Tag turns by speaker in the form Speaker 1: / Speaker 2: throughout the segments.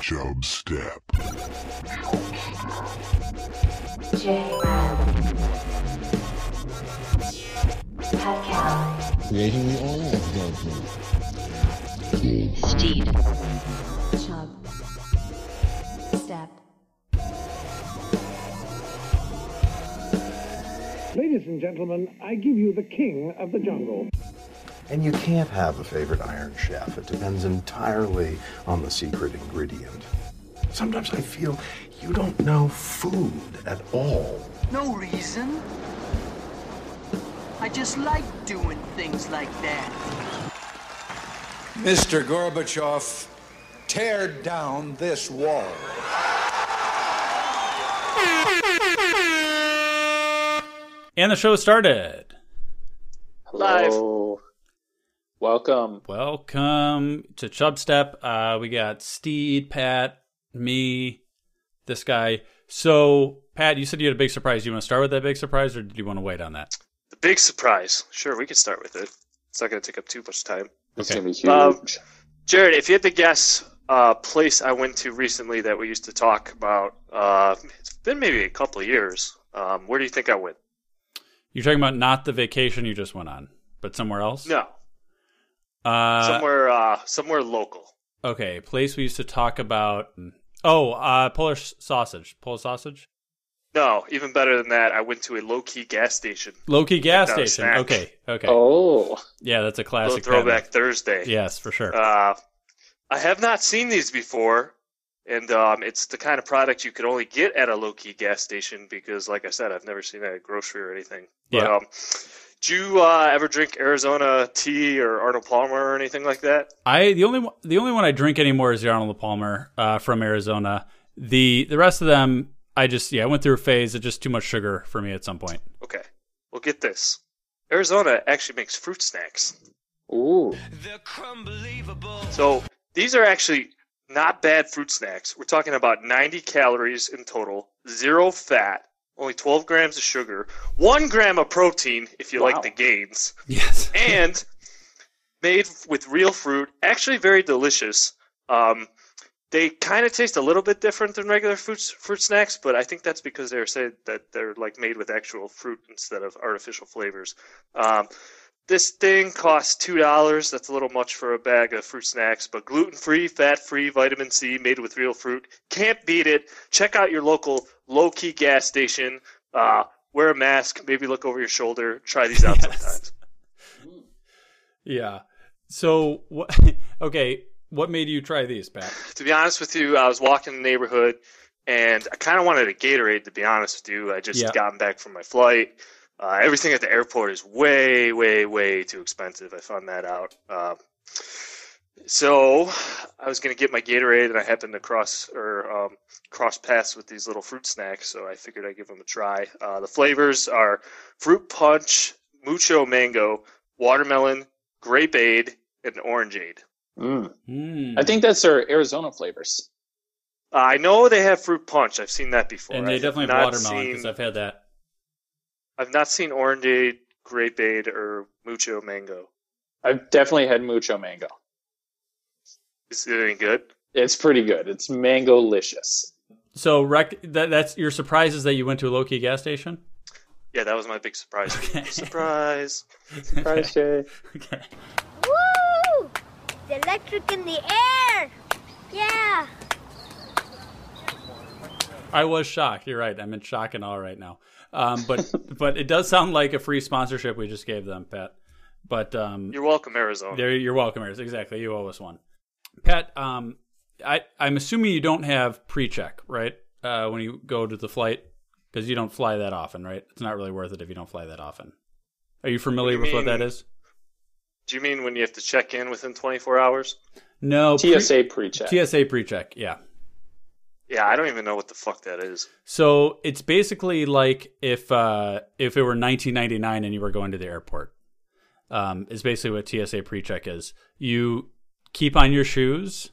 Speaker 1: Job Step.
Speaker 2: Creating the aura of judgment.
Speaker 3: Steed. Chub. Step.
Speaker 4: Ladies and gentlemen, I give you the king of the jungle.
Speaker 5: And you can't have a favorite Iron Chef. It depends entirely on the secret ingredient. Sometimes I feel you don't know food at all.
Speaker 6: No reason. I just like doing things like that.
Speaker 7: Mr. Gorbachev, tear down this wall.
Speaker 8: And the show started.
Speaker 9: Live.
Speaker 10: Hello. Welcome.
Speaker 8: Welcome to Chubstep. Uh, we got Steed, Pat, me, this guy. So, Pat, you said you had a big surprise. You want to start with that big surprise, or did you want to wait on that?
Speaker 9: The big surprise. Sure, we could start with it. It's not going to take up too much time.
Speaker 10: It's
Speaker 8: Okay.
Speaker 10: gonna be huge.
Speaker 9: Um, Jared, if you had to guess a place I went to recently that we used to talk about, uh, it's been maybe a couple of years. Um, where do you think I went?
Speaker 8: You're talking about not the vacation you just went on, but somewhere else?
Speaker 9: No,
Speaker 8: Uh,
Speaker 9: somewhere, uh, somewhere local.
Speaker 8: Okay, place we used to talk about. Oh, uh, Polish sausage. Polish sausage?
Speaker 9: No, even better than that, I went to a low key gas station.
Speaker 8: Low key gas
Speaker 9: That was
Speaker 8: station.
Speaker 9: snack.
Speaker 8: Okay, okay.
Speaker 10: oh,
Speaker 8: Yeah, that's a
Speaker 9: Little
Speaker 8: classic. pattern.
Speaker 9: throwback Thursday.
Speaker 8: Yes, for sure.
Speaker 9: Uh, I have not seen these before, and um, it's the kind of product you could only get at a low key gas station because, like I said, I've never seen it at a grocery or anything. But,
Speaker 8: Yeah.
Speaker 9: um, do you uh, ever drink Arizona tea or Arnold Palmer or anything like that?
Speaker 8: I the only one- the only one I drink anymore is the Arnold Palmer uh, from Arizona. The the rest of them, I just yeah, I went through a phase of just too much sugar for me at some point.
Speaker 9: Okay. Well, get this Arizona actually makes fruit snacks.
Speaker 10: ooh,
Speaker 9: So these are actually not bad fruit snacks. We're talking about 90 calories in total, zero fat, only 12 grams of sugar, one gram of protein if you
Speaker 10: Wow.
Speaker 9: like the gains.
Speaker 8: Yes.
Speaker 9: and made with real fruit. Actually, very delicious. Um, they kind of taste a little bit different than regular fruits, fruit snacks, but I think that's because they're said that they're like made with actual fruit instead of artificial flavors. Um, this thing costs two dollars. That's a little much for a bag of fruit snacks, but gluten-free, fat-free, vitamin C, made with real fruit. Can't beat it. Check out your local low-key gas station. Uh, wear a mask. Maybe look over your shoulder. Try these out
Speaker 8: Yes.
Speaker 9: sometimes.
Speaker 8: Yeah. So what? Okay, what made you try these, Pat?
Speaker 9: to be honest with you, I was walking in the neighborhood and I kind of wanted a Gatorade, to be honest with you. I just
Speaker 8: Yeah.
Speaker 9: gotten back from my flight. Uh, everything at the airport is way, way, way too expensive. I found that out. Um, so I was going to get my Gatorade and I happened to cross or um, cross paths with these little fruit snacks. So I figured I'd give them a try. Uh, the flavors are fruit punch, mucho mango, watermelon, grape aid, and orangeade.
Speaker 10: mm.
Speaker 8: Hmm.
Speaker 10: I think that's their Arizona flavors.
Speaker 9: Uh, I know they have fruit punch. I've seen that before.
Speaker 8: and they
Speaker 9: I've
Speaker 8: definitely
Speaker 9: not
Speaker 8: have watermelon because
Speaker 9: seen-
Speaker 8: I've had
Speaker 9: I've...
Speaker 8: that.
Speaker 9: not seen orangeade, grapeade, or mucho mango.
Speaker 10: I've definitely had mucho mango.
Speaker 9: Is it any good?
Speaker 10: It's pretty good. It's mango licious.
Speaker 8: So rec- that, that's your surprise is that you went to a low key gas station.
Speaker 9: Yeah, that was my big surprise.
Speaker 8: Okay.
Speaker 9: Surprise!
Speaker 10: Jay.
Speaker 8: okay.
Speaker 11: Woo! It's electric in the air! Yeah!
Speaker 8: I was shocked. You're right. I'm in shock and awe right now. Um, but but it does sound like a free sponsorship we just gave them, Pat. But um,
Speaker 9: You're welcome, Arizona.
Speaker 8: There, you're welcome, Iris. Exactly, you owe us one. Pat, um, I I'm assuming you don't have pre-check, right? Uh, when you go to the flight, because you don't fly that often, right? It's not really worth it if you don't fly that often. Are you familiar
Speaker 9: What do
Speaker 8: with
Speaker 9: you
Speaker 8: what that
Speaker 9: mean?
Speaker 8: is?
Speaker 9: Do you mean when you have to check in within 24 hours?
Speaker 8: No, pre-
Speaker 10: TSA pre check.
Speaker 8: TSA pre-check. Yeah.
Speaker 9: Yeah, I don't even know what the fuck that is.
Speaker 8: So it's basically like if uh, if it were 1999 and you were going to the airport. Um, is basically what TSA pre-check is. You keep on your shoes.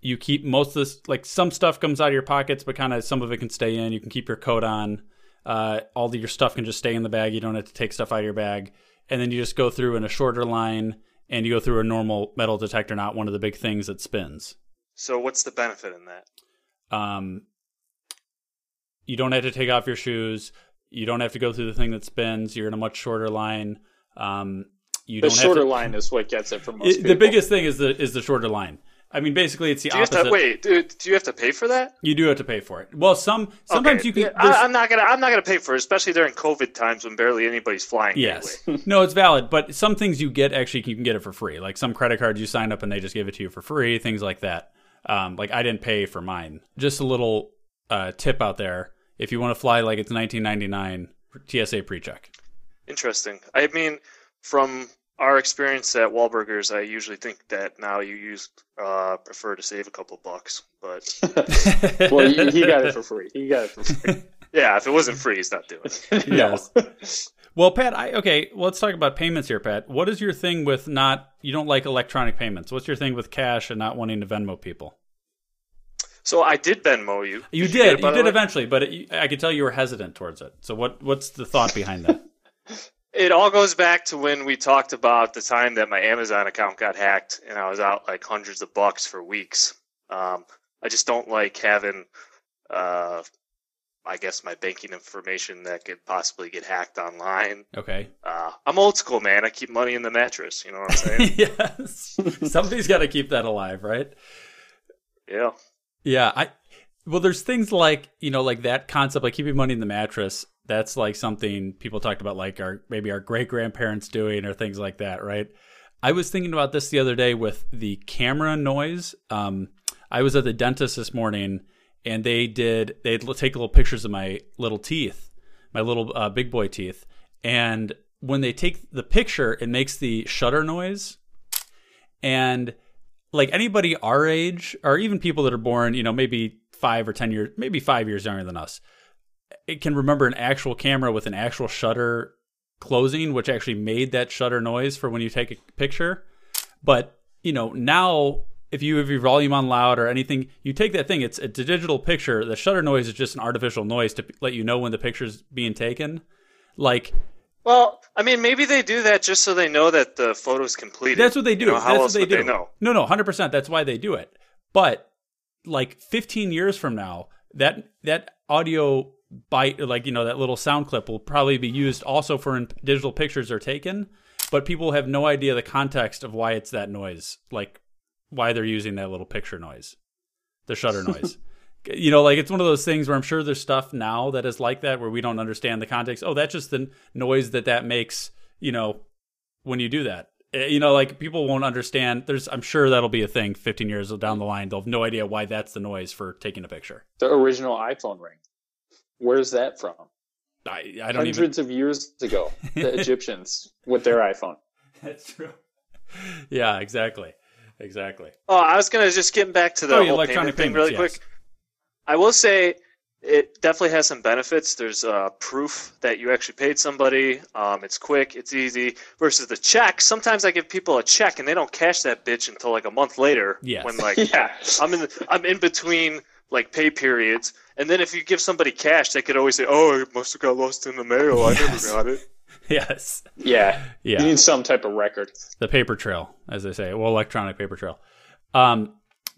Speaker 8: You keep most of this like some stuff comes out of your pockets, but kind of some of it can stay in. You can keep your coat on. Uh, all of your stuff can just stay in the bag. You don't have to take stuff out of your bag. And then you just go through in a shorter line, and you go through a normal metal detector, not one of the big things that spins.
Speaker 9: So what's the benefit in that?
Speaker 8: Um, you don't have to take off your shoes. You don't have to go through the thing that spins. You're in a much shorter line. Um, you
Speaker 12: The
Speaker 8: don't
Speaker 12: shorter
Speaker 8: have to,
Speaker 12: line is what gets it for most
Speaker 8: It-
Speaker 12: people.
Speaker 8: the biggest thing is the is the shorter line. I mean, basically, it's the
Speaker 9: Do you have
Speaker 8: opposite.
Speaker 9: to wait? Do, do you have to pay for that?
Speaker 8: You do have to pay for it. Well, some sometimes
Speaker 9: Okay.
Speaker 8: you can.
Speaker 9: Yeah,
Speaker 8: there's-
Speaker 9: I, I'm not gonna. I'm not gonna pay for it, especially during COVID times when barely anybody's flying.
Speaker 8: Yes. no, it's valid, but some things you get actually you can get it for free. Like some credit cards you sign up and they just give it to you for free, things like that. Um, like I didn't pay for mine. Just a little uh, tip out there. If you want to fly like it's 1999, TSA pre-check.
Speaker 9: Interesting. I mean, from our experience at Wahlburgers, I usually think that now you use uh, prefer to save a couple bucks. But
Speaker 12: well, he, he got it for free. He got it for free.
Speaker 9: yeah, if it wasn't free, he's not doing it.
Speaker 8: Yes. well, Pat, I okay, well, let's talk about payments here, Pat. What is your thing with not you don't like electronic payments? What's your thing with cash and not wanting to Venmo people?
Speaker 9: So I did Venmo you.
Speaker 8: You
Speaker 9: forget
Speaker 8: did. You
Speaker 9: about it?
Speaker 8: did eventually, but it, I could tell you were hesitant towards it. So what what's the thought behind that?
Speaker 9: It all goes back to when we talked about the time that my Amazon account got hacked and I was out like hundreds of bucks for weeks. Um, I just don't like having, uh, I guess, my banking information that could possibly get hacked online.
Speaker 8: Okay.
Speaker 9: Uh, I'm old school, man. I keep money in the mattress. You know what I'm saying?
Speaker 8: yes. Somebody's got to keep that alive, right?
Speaker 9: yeah.
Speaker 8: Yeah, I well there's things like, you know, like that concept like keeping money in the mattress. That's like something people talked about like our maybe our great-grandparents doing or things like that, right? I was thinking about this the other day with the camera noise. Um I was at the dentist this morning and they did they'd l- take little pictures of my little teeth, my little uh, big boy teeth, and when they take the picture, it makes the shutter noise. And like anybody our age or even people that are born you know maybe five or ten years maybe five years younger than us it can remember an actual camera with an actual shutter closing which actually made that shutter noise for when you take a picture but you know now if you have your volume on loud or anything you take that thing it's, it's a digital picture the shutter noise is just an artificial noise to p- let you know when the picture's being taken like
Speaker 9: Well, I mean, maybe they do that just so they know that the photo's completed.
Speaker 8: That's what they do.
Speaker 9: You know, how
Speaker 8: That's what
Speaker 9: else
Speaker 8: they
Speaker 9: would
Speaker 8: do.
Speaker 9: they know?
Speaker 8: No, no, hundred percent. That's why they do it. But like fifteen years from now, that that audio bite, like you know, that little sound clip will probably be used also for in digital pictures are taken. But people have no idea the context of why it's that noise, like why they're using that little picture noise, the shutter noise. You know, like it's one of those things where I'm sure there's stuff now that is like that where we don't understand the context. Oh, that's just the noise that that makes. You know, when you do that. Eh, You know, like people won't understand. There's, I'm sure that'll be a thing 15 years down the line. They'll have no idea why that's the noise for taking a picture.
Speaker 12: the original iPhone ring. Where's that from?
Speaker 8: I, I don't even.
Speaker 12: Hundreds of years ago, the Egyptians with their iPhone.
Speaker 8: That's true. Yeah, exactly, exactly.
Speaker 9: Oh, I was gonna just getting back to the
Speaker 8: Oh, yeah,
Speaker 9: whole
Speaker 8: electronic
Speaker 9: payment thing really
Speaker 8: payments, yes.
Speaker 9: quick. I will say it definitely has some benefits. There's uh, proof that you actually paid somebody. Um, it's quick, it's easy. Versus the check. Sometimes I give people a check and they don't cash that bitch until like a month later.
Speaker 8: Yes.
Speaker 9: When like
Speaker 12: Yeah.
Speaker 9: I'm in I'm in between like pay periods, and then if you give somebody cash, they could always say, "Oh, it must have got lost in the mail. I
Speaker 8: Yes.
Speaker 9: never got it."
Speaker 8: Yes,
Speaker 12: Yeah.
Speaker 8: Yeah.
Speaker 12: You need some type of record.
Speaker 8: the paper trail, as they say, well, electronic paper trail. Um,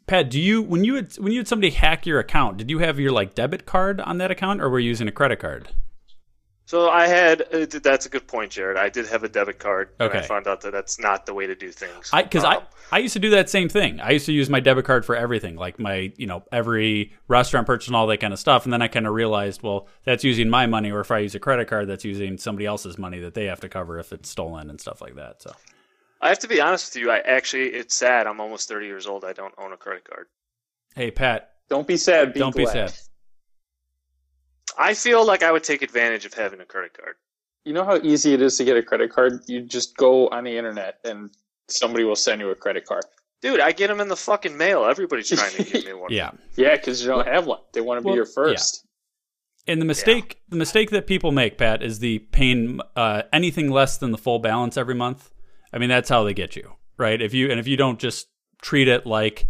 Speaker 8: Pat, do you when you had when you had somebody hack your account, did you have your like debit card on that account, or were you using a credit card?
Speaker 9: So I had uh, that's a good point, Jared. I did have a debit card, and
Speaker 8: Okay.
Speaker 9: I found out that that's not the way to do things.
Speaker 8: I because I
Speaker 9: Um,
Speaker 8: I used to do that same thing. I used to use my debit card for everything, like my you know every restaurant purchase and all that kind of stuff. And then I kind of realized, well, that's using my money, or if I use a credit card, that's using somebody else's money that they have to cover if it's stolen and stuff like that. So
Speaker 9: I have to be honest with you. I actually, it's sad. I'm almost 30 years old. I don't own a credit card.
Speaker 8: hey, Pat,
Speaker 12: Don't be sad. Be
Speaker 8: don't be
Speaker 12: glad.
Speaker 8: sad.
Speaker 9: I feel like I would take advantage of having a credit card.
Speaker 12: You know how easy it is to get a credit card? You just go on the internet and somebody will send you a credit card.
Speaker 9: Dude, I get them in the fucking mail. Everybody's trying to give me one.
Speaker 8: Yeah,
Speaker 12: Yeah, because you don't have one. They want to
Speaker 8: Well,
Speaker 12: be your first.
Speaker 8: and the mistake the mistake that people make, Pat, is the paying uh, anything less than the full balance every month. I mean, that's how they get you, right? If you and if you don't just treat it like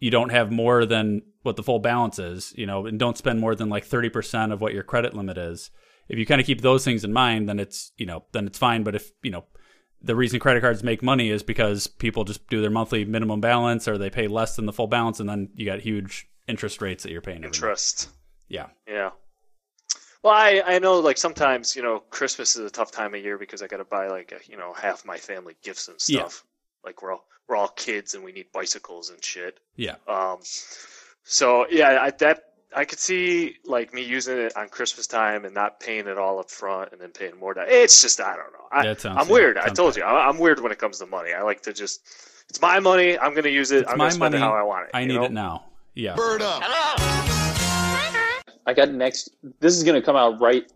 Speaker 8: you don't have more than what the full balance is, you know, and don't spend more than like 30% of what your credit limit is. If you kind of keep those things in mind, then it's, you know, then it's fine, but if, you know, the reason credit cards make money is because people just do their monthly minimum balance or they pay less than the full balance and then you got huge interest rates that you're paying. every month.
Speaker 2: Interest.
Speaker 8: Yeah.
Speaker 2: Yeah. Well, I, I know like sometimes you know Christmas is a tough time of year because I got to buy like a, you know half my family gifts and
Speaker 8: Yeah.
Speaker 2: stuff. Like we're all we're all kids and we need bicycles and shit.
Speaker 8: Yeah.
Speaker 2: Um, so yeah, I, that I could see like me using it on Christmas time and not paying it all up front and then paying more down. It's just I don't know. I,
Speaker 8: That sounds-
Speaker 2: I'm weird. I
Speaker 8: sounds
Speaker 2: told you I, I'm weird when it comes to money. I like to just it's my money. I'm gonna use it.
Speaker 8: It's
Speaker 2: I'm
Speaker 8: my
Speaker 2: gonna spend
Speaker 8: money.
Speaker 2: it how I want it.
Speaker 8: I
Speaker 2: you
Speaker 8: need
Speaker 2: know?
Speaker 8: it now. Yeah.
Speaker 13: Bird up.
Speaker 9: I got next. This is going to come out right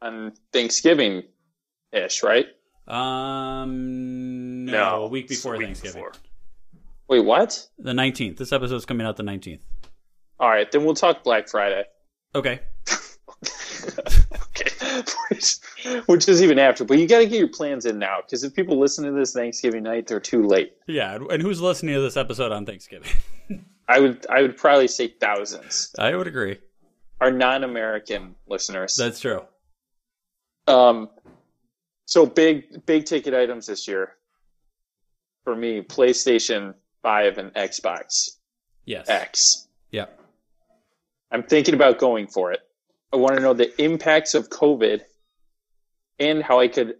Speaker 9: on Thanksgiving ish, right?
Speaker 8: Um, no, a week
Speaker 2: it's
Speaker 8: before
Speaker 2: the week
Speaker 8: Thanksgiving.
Speaker 2: before.
Speaker 9: Wait, what?
Speaker 8: The 19th. This episode's coming out the 19th.
Speaker 9: All right, then we'll talk Black Friday,
Speaker 8: Okay.
Speaker 9: which, which is even after. But you got to get your plans in now because if people listen to this Thanksgiving night, they're too late.
Speaker 8: Yeah. And who's listening to this episode on Thanksgiving?
Speaker 9: I would I would probably say thousands
Speaker 8: I would agree.
Speaker 9: are non-American listeners.
Speaker 8: That's true.
Speaker 9: Um, so big big ticket items this year for me: PlayStation Five and Xbox
Speaker 8: Yes.
Speaker 9: X.
Speaker 8: Yeah.
Speaker 9: I'm thinking about going for it. I want to know the impacts of COVID and how I could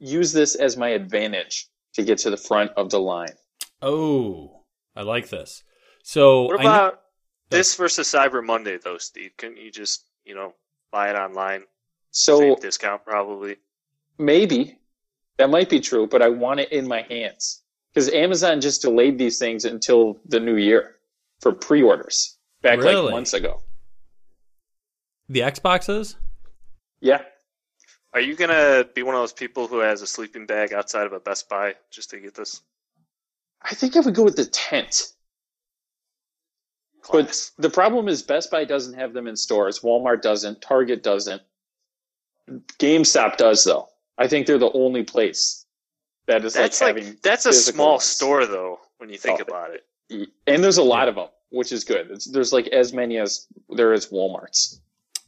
Speaker 9: use this as my advantage to get to the front of the line.
Speaker 8: Oh, I like this. So
Speaker 2: What
Speaker 8: I kn-
Speaker 2: about this versus Cyber Monday though, Steve? Couldn't you just you know buy it online,
Speaker 9: So
Speaker 2: same discount probably?
Speaker 9: maybe that might be true, but I want it in my hands because Amazon just delayed these things until the new year for pre-orders back
Speaker 8: Really?
Speaker 9: like months ago.
Speaker 8: the Xboxes?
Speaker 9: Yeah,
Speaker 2: Are you gonna be one of those people who has a sleeping bag outside of a Best Buy just to get this?
Speaker 9: I think I would go with the tent.
Speaker 2: Class?
Speaker 9: But the problem is Best Buy doesn't have them in stores. Walmart doesn't. Target doesn't. GameStop does though. I think they're the only place that is
Speaker 2: that's
Speaker 9: like,
Speaker 2: like,
Speaker 9: having.
Speaker 2: that's a
Speaker 9: physical
Speaker 2: small
Speaker 9: ones.
Speaker 2: store though. When you think
Speaker 9: Oh.
Speaker 2: about it,
Speaker 9: and there's a lot of them, which is good. It's, there's like as many as there is WalMarts.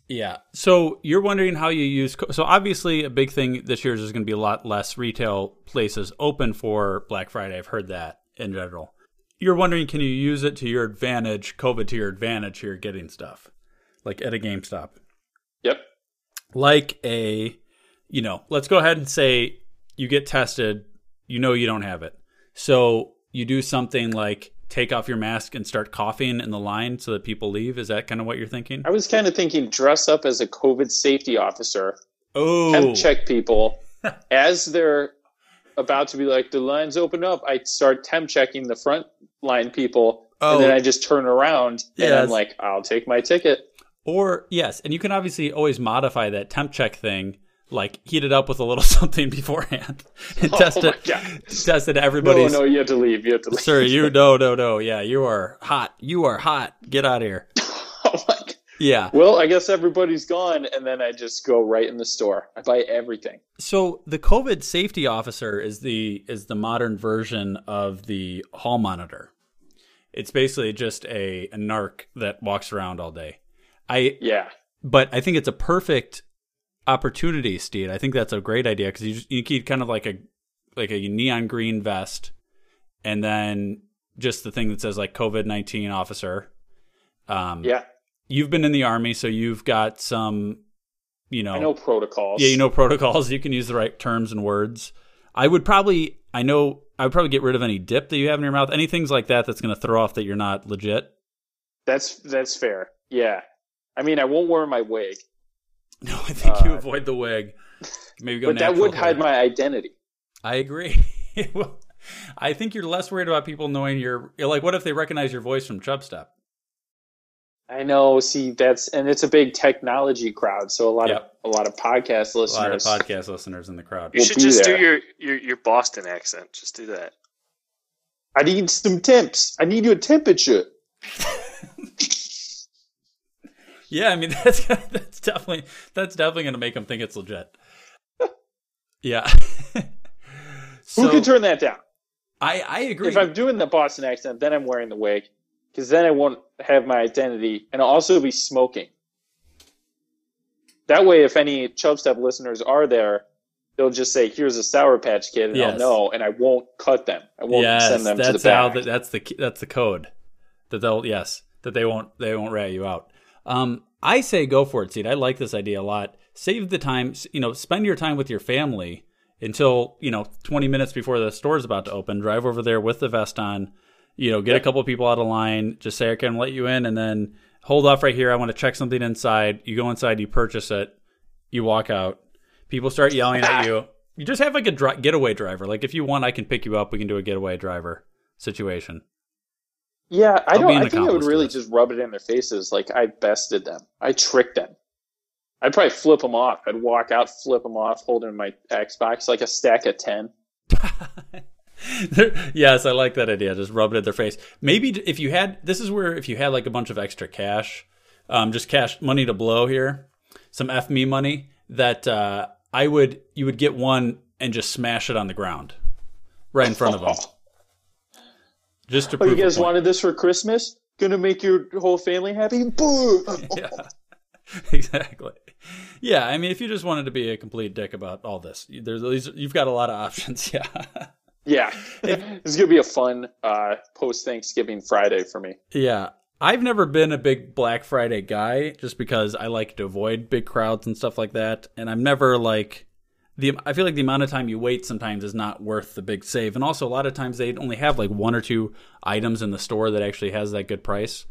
Speaker 8: Yeah. So you're wondering how you use. Co- so obviously, a big thing this year is there's going to be a lot less retail places open for Black Friday. I've heard that in general. You're wondering, can you use it to your advantage? COVID to your advantage here, getting stuff like at a GameStop,
Speaker 9: Yep.
Speaker 8: like a, you know, let's go ahead and say you get tested, you know you don't have it, so you do something like take off your mask and start coughing in the line so that people leave. Is that kind of what you're thinking?
Speaker 9: I was kind of thinking dress up as a COVID safety officer,
Speaker 8: Oh,
Speaker 9: temp check people as they're about to be like the lines open up. I start temp checking the front line people,
Speaker 8: Oh.
Speaker 9: and then I just turn around and
Speaker 8: Yes.
Speaker 9: I'm like, I'll take my ticket.
Speaker 8: Or yes, and you can obviously always modify that temp check thing, like heat it up with a little something beforehand and test
Speaker 9: Oh my
Speaker 8: it.
Speaker 9: God.
Speaker 8: Test it. Everybody's
Speaker 9: No, no, you have to leave. You have to leave.
Speaker 8: sir. You no no no. Yeah, you are hot. You are hot. Get out of here.
Speaker 9: Oh my God.
Speaker 8: Yeah.
Speaker 9: Well, I guess everybody's gone, and then I just go right in the store. I buy everything.
Speaker 8: So the COVID safety officer is the is the modern version of the hall monitor. It's basically just a, a narc that walks around all day. I
Speaker 9: Yeah.
Speaker 8: but I think it's a perfect opportunity, Steed. I think that's a great idea because you just, you keep kind of like a like a neon green vest, and then just the thing that says like COVID nineteen officer. Um,
Speaker 9: Yeah.
Speaker 8: you've been in the army, so you've got some, you know,
Speaker 9: I know protocols.
Speaker 8: yeah, you know protocols. You can use the right terms and words. I would probably, I know, I would probably get rid of any dip that you have in your mouth, anything's like that that's going to throw off that you're not legit.
Speaker 9: That's that's fair. Yeah. I mean, I won't wear my wig,
Speaker 8: No, I think you
Speaker 9: Uh,
Speaker 8: avoid the wig. Maybe go.
Speaker 9: but that
Speaker 8: natural
Speaker 9: would
Speaker 8: hair.
Speaker 9: hide my identity.
Speaker 8: I agree. Well, I think you're less worried about people knowing your you're like. What if they recognize your voice from Chubstep?
Speaker 9: I know. See, that's and it's a big technology crowd, so a lot
Speaker 8: Yep.
Speaker 9: of a lot of podcast
Speaker 8: A lot of
Speaker 9: listeners.
Speaker 8: podcast listeners in the crowd.
Speaker 2: you
Speaker 9: We'll
Speaker 2: should
Speaker 9: be
Speaker 2: just
Speaker 9: there.
Speaker 2: do your, your your Boston accent. Just do that.
Speaker 9: I need some temps. I need your temperature.
Speaker 8: Yeah, I mean that's that's definitely that's definitely going to make them think it's legit. Yeah.
Speaker 9: Who
Speaker 8: So,
Speaker 9: can turn that down?
Speaker 8: I I agree.
Speaker 9: If I'm doing the Boston accent, then I'm wearing the wig, because then I won't have my identity, and I'll also be smoking. That way, if any Chubstep listeners are there, they'll just say, "Here's a Sour Patch Kid," and I'll
Speaker 8: Yes.
Speaker 9: know, and I won't cut them. I won't
Speaker 8: yes,
Speaker 9: send them to the
Speaker 8: that's how
Speaker 9: back.
Speaker 8: the, that's the key- that's the code that they'll yes that they won't they won't rat you out. Um, I say go for it, Seed. I like this idea a lot. Save the time, s- you know, spend your time with your family until you know twenty minutes before the store's about to open. Drive over there with the vest on, you know, get a couple people out of line. Just say I can let you in, and then hold off right here. I want to check something inside. You go inside, you purchase it, you walk out. People start yelling at you. You just have like a dri- getaway driver. Like if you want, I can pick you up. We can do a getaway driver situation.
Speaker 9: yeah, I
Speaker 8: I'll
Speaker 9: don't.
Speaker 8: be an
Speaker 9: I think I would
Speaker 8: accomplice to
Speaker 9: really
Speaker 8: this.
Speaker 9: just rub it in their faces, like I bested them. I tricked them. I'd probably flip them off. I'd walk out, flip them off, holding my Xbox like a stack of ten.
Speaker 8: yes, I like that idea. Just rub it in their face. Maybe d- if you had this is where if you had like a bunch of extra cash, um, just cash money to blow here, some f me money that uh, I would you would get one and just smash it on the ground right in front of them, just to
Speaker 9: Oh,
Speaker 8: prove.
Speaker 9: you
Speaker 8: a
Speaker 9: guys
Speaker 8: point.
Speaker 9: wanted this for Christmas? Gonna make your whole family happy? Boo!
Speaker 8: exactly. Yeah, I mean, if you just wanted to be a complete dick about all this, you- there's these- you've got a lot of options. Yeah,
Speaker 9: Yeah, this is gonna be a fun uh, post Thanksgiving Friday for me.
Speaker 8: yeah. I've never been a big Black Friday guy, just because I like to avoid big crowds and stuff like that, and I'm never like the. I feel like the amount of time you wait sometimes is not worth the big save, and also a lot of times they only have like one or two items in the store that actually has that good price.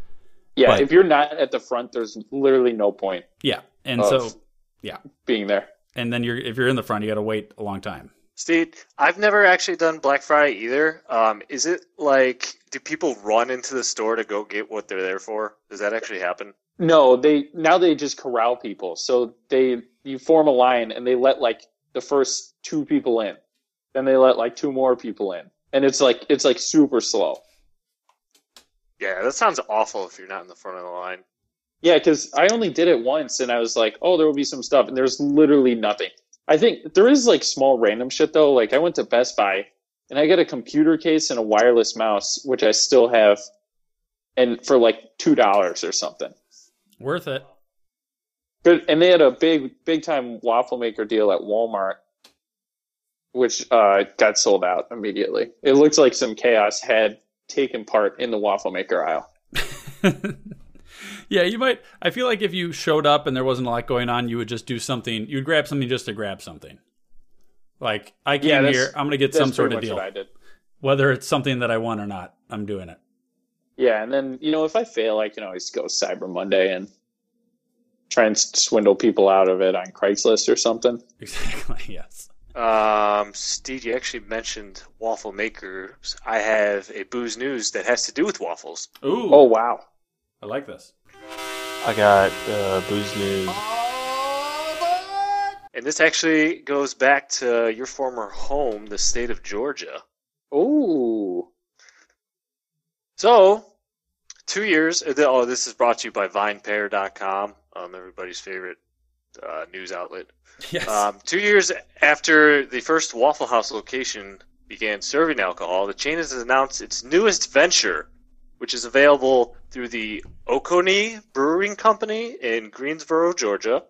Speaker 9: Yeah,
Speaker 8: Right.
Speaker 9: if you're not at the front, there's literally no point
Speaker 8: Yeah, and
Speaker 9: Oh.
Speaker 8: so yeah,
Speaker 9: being there.
Speaker 8: and then you're if you're in the front, you got to wait a long time.
Speaker 2: Steve, I've never actually done Black Friday either. Um, is it like do people run into the store to go get what they're there for? Does that actually happen?
Speaker 9: No, they now they just corral people. So they you form a line and they let like the first two people in, then they let like two more people in, and it's like it's like super slow.
Speaker 2: Yeah, that sounds awful if you're not in the front of the line.
Speaker 9: Yeah, because I only did it once, and I was like, oh, there will be some stuff, and there's literally nothing. I think there is like small random shit though. Like I went to Best Buy, and I got a computer case and a wireless mouse, which I still have, and for like two dollars or something.
Speaker 8: Worth it.
Speaker 9: Good, and they had a big, big time waffle maker deal at Walmart, which uh, got sold out immediately. It looks like some chaos had taken part in the waffle maker aisle.
Speaker 8: yeah, you might. I feel like if you showed up and there wasn't a lot going on, you would just do something. You'd grab something just to grab something. Like I came
Speaker 9: Yeah, that's-
Speaker 8: here, I'm gonna get
Speaker 9: That's
Speaker 8: some sort
Speaker 9: pretty
Speaker 8: of deal,
Speaker 9: much what I did.
Speaker 8: whether it's something that I want or not. I'm doing it.
Speaker 9: Yeah, and then you know if I fail, I can always go Cyber Monday and try and s- swindle people out of it on Craigslist or something.
Speaker 8: Exactly. Yes.
Speaker 2: Um, Steve, you actually mentioned waffle makers. I have a booze news that has to do with waffles.
Speaker 8: Ooh,
Speaker 9: Oh wow!
Speaker 8: I like this.
Speaker 1: I got uh, booze news.
Speaker 2: And this actually goes back to your former home, the state of Georgia.
Speaker 9: Ooh,
Speaker 2: So, two years. Oh, this is brought to you by VinePair.com, um, everybody's favorite uh, news outlet.
Speaker 8: Yes.
Speaker 2: Um, two years after the first Waffle House location began serving alcohol, the chain has announced its newest venture, which is available through the Oconee Brewing Company in Greensboro, Georgia.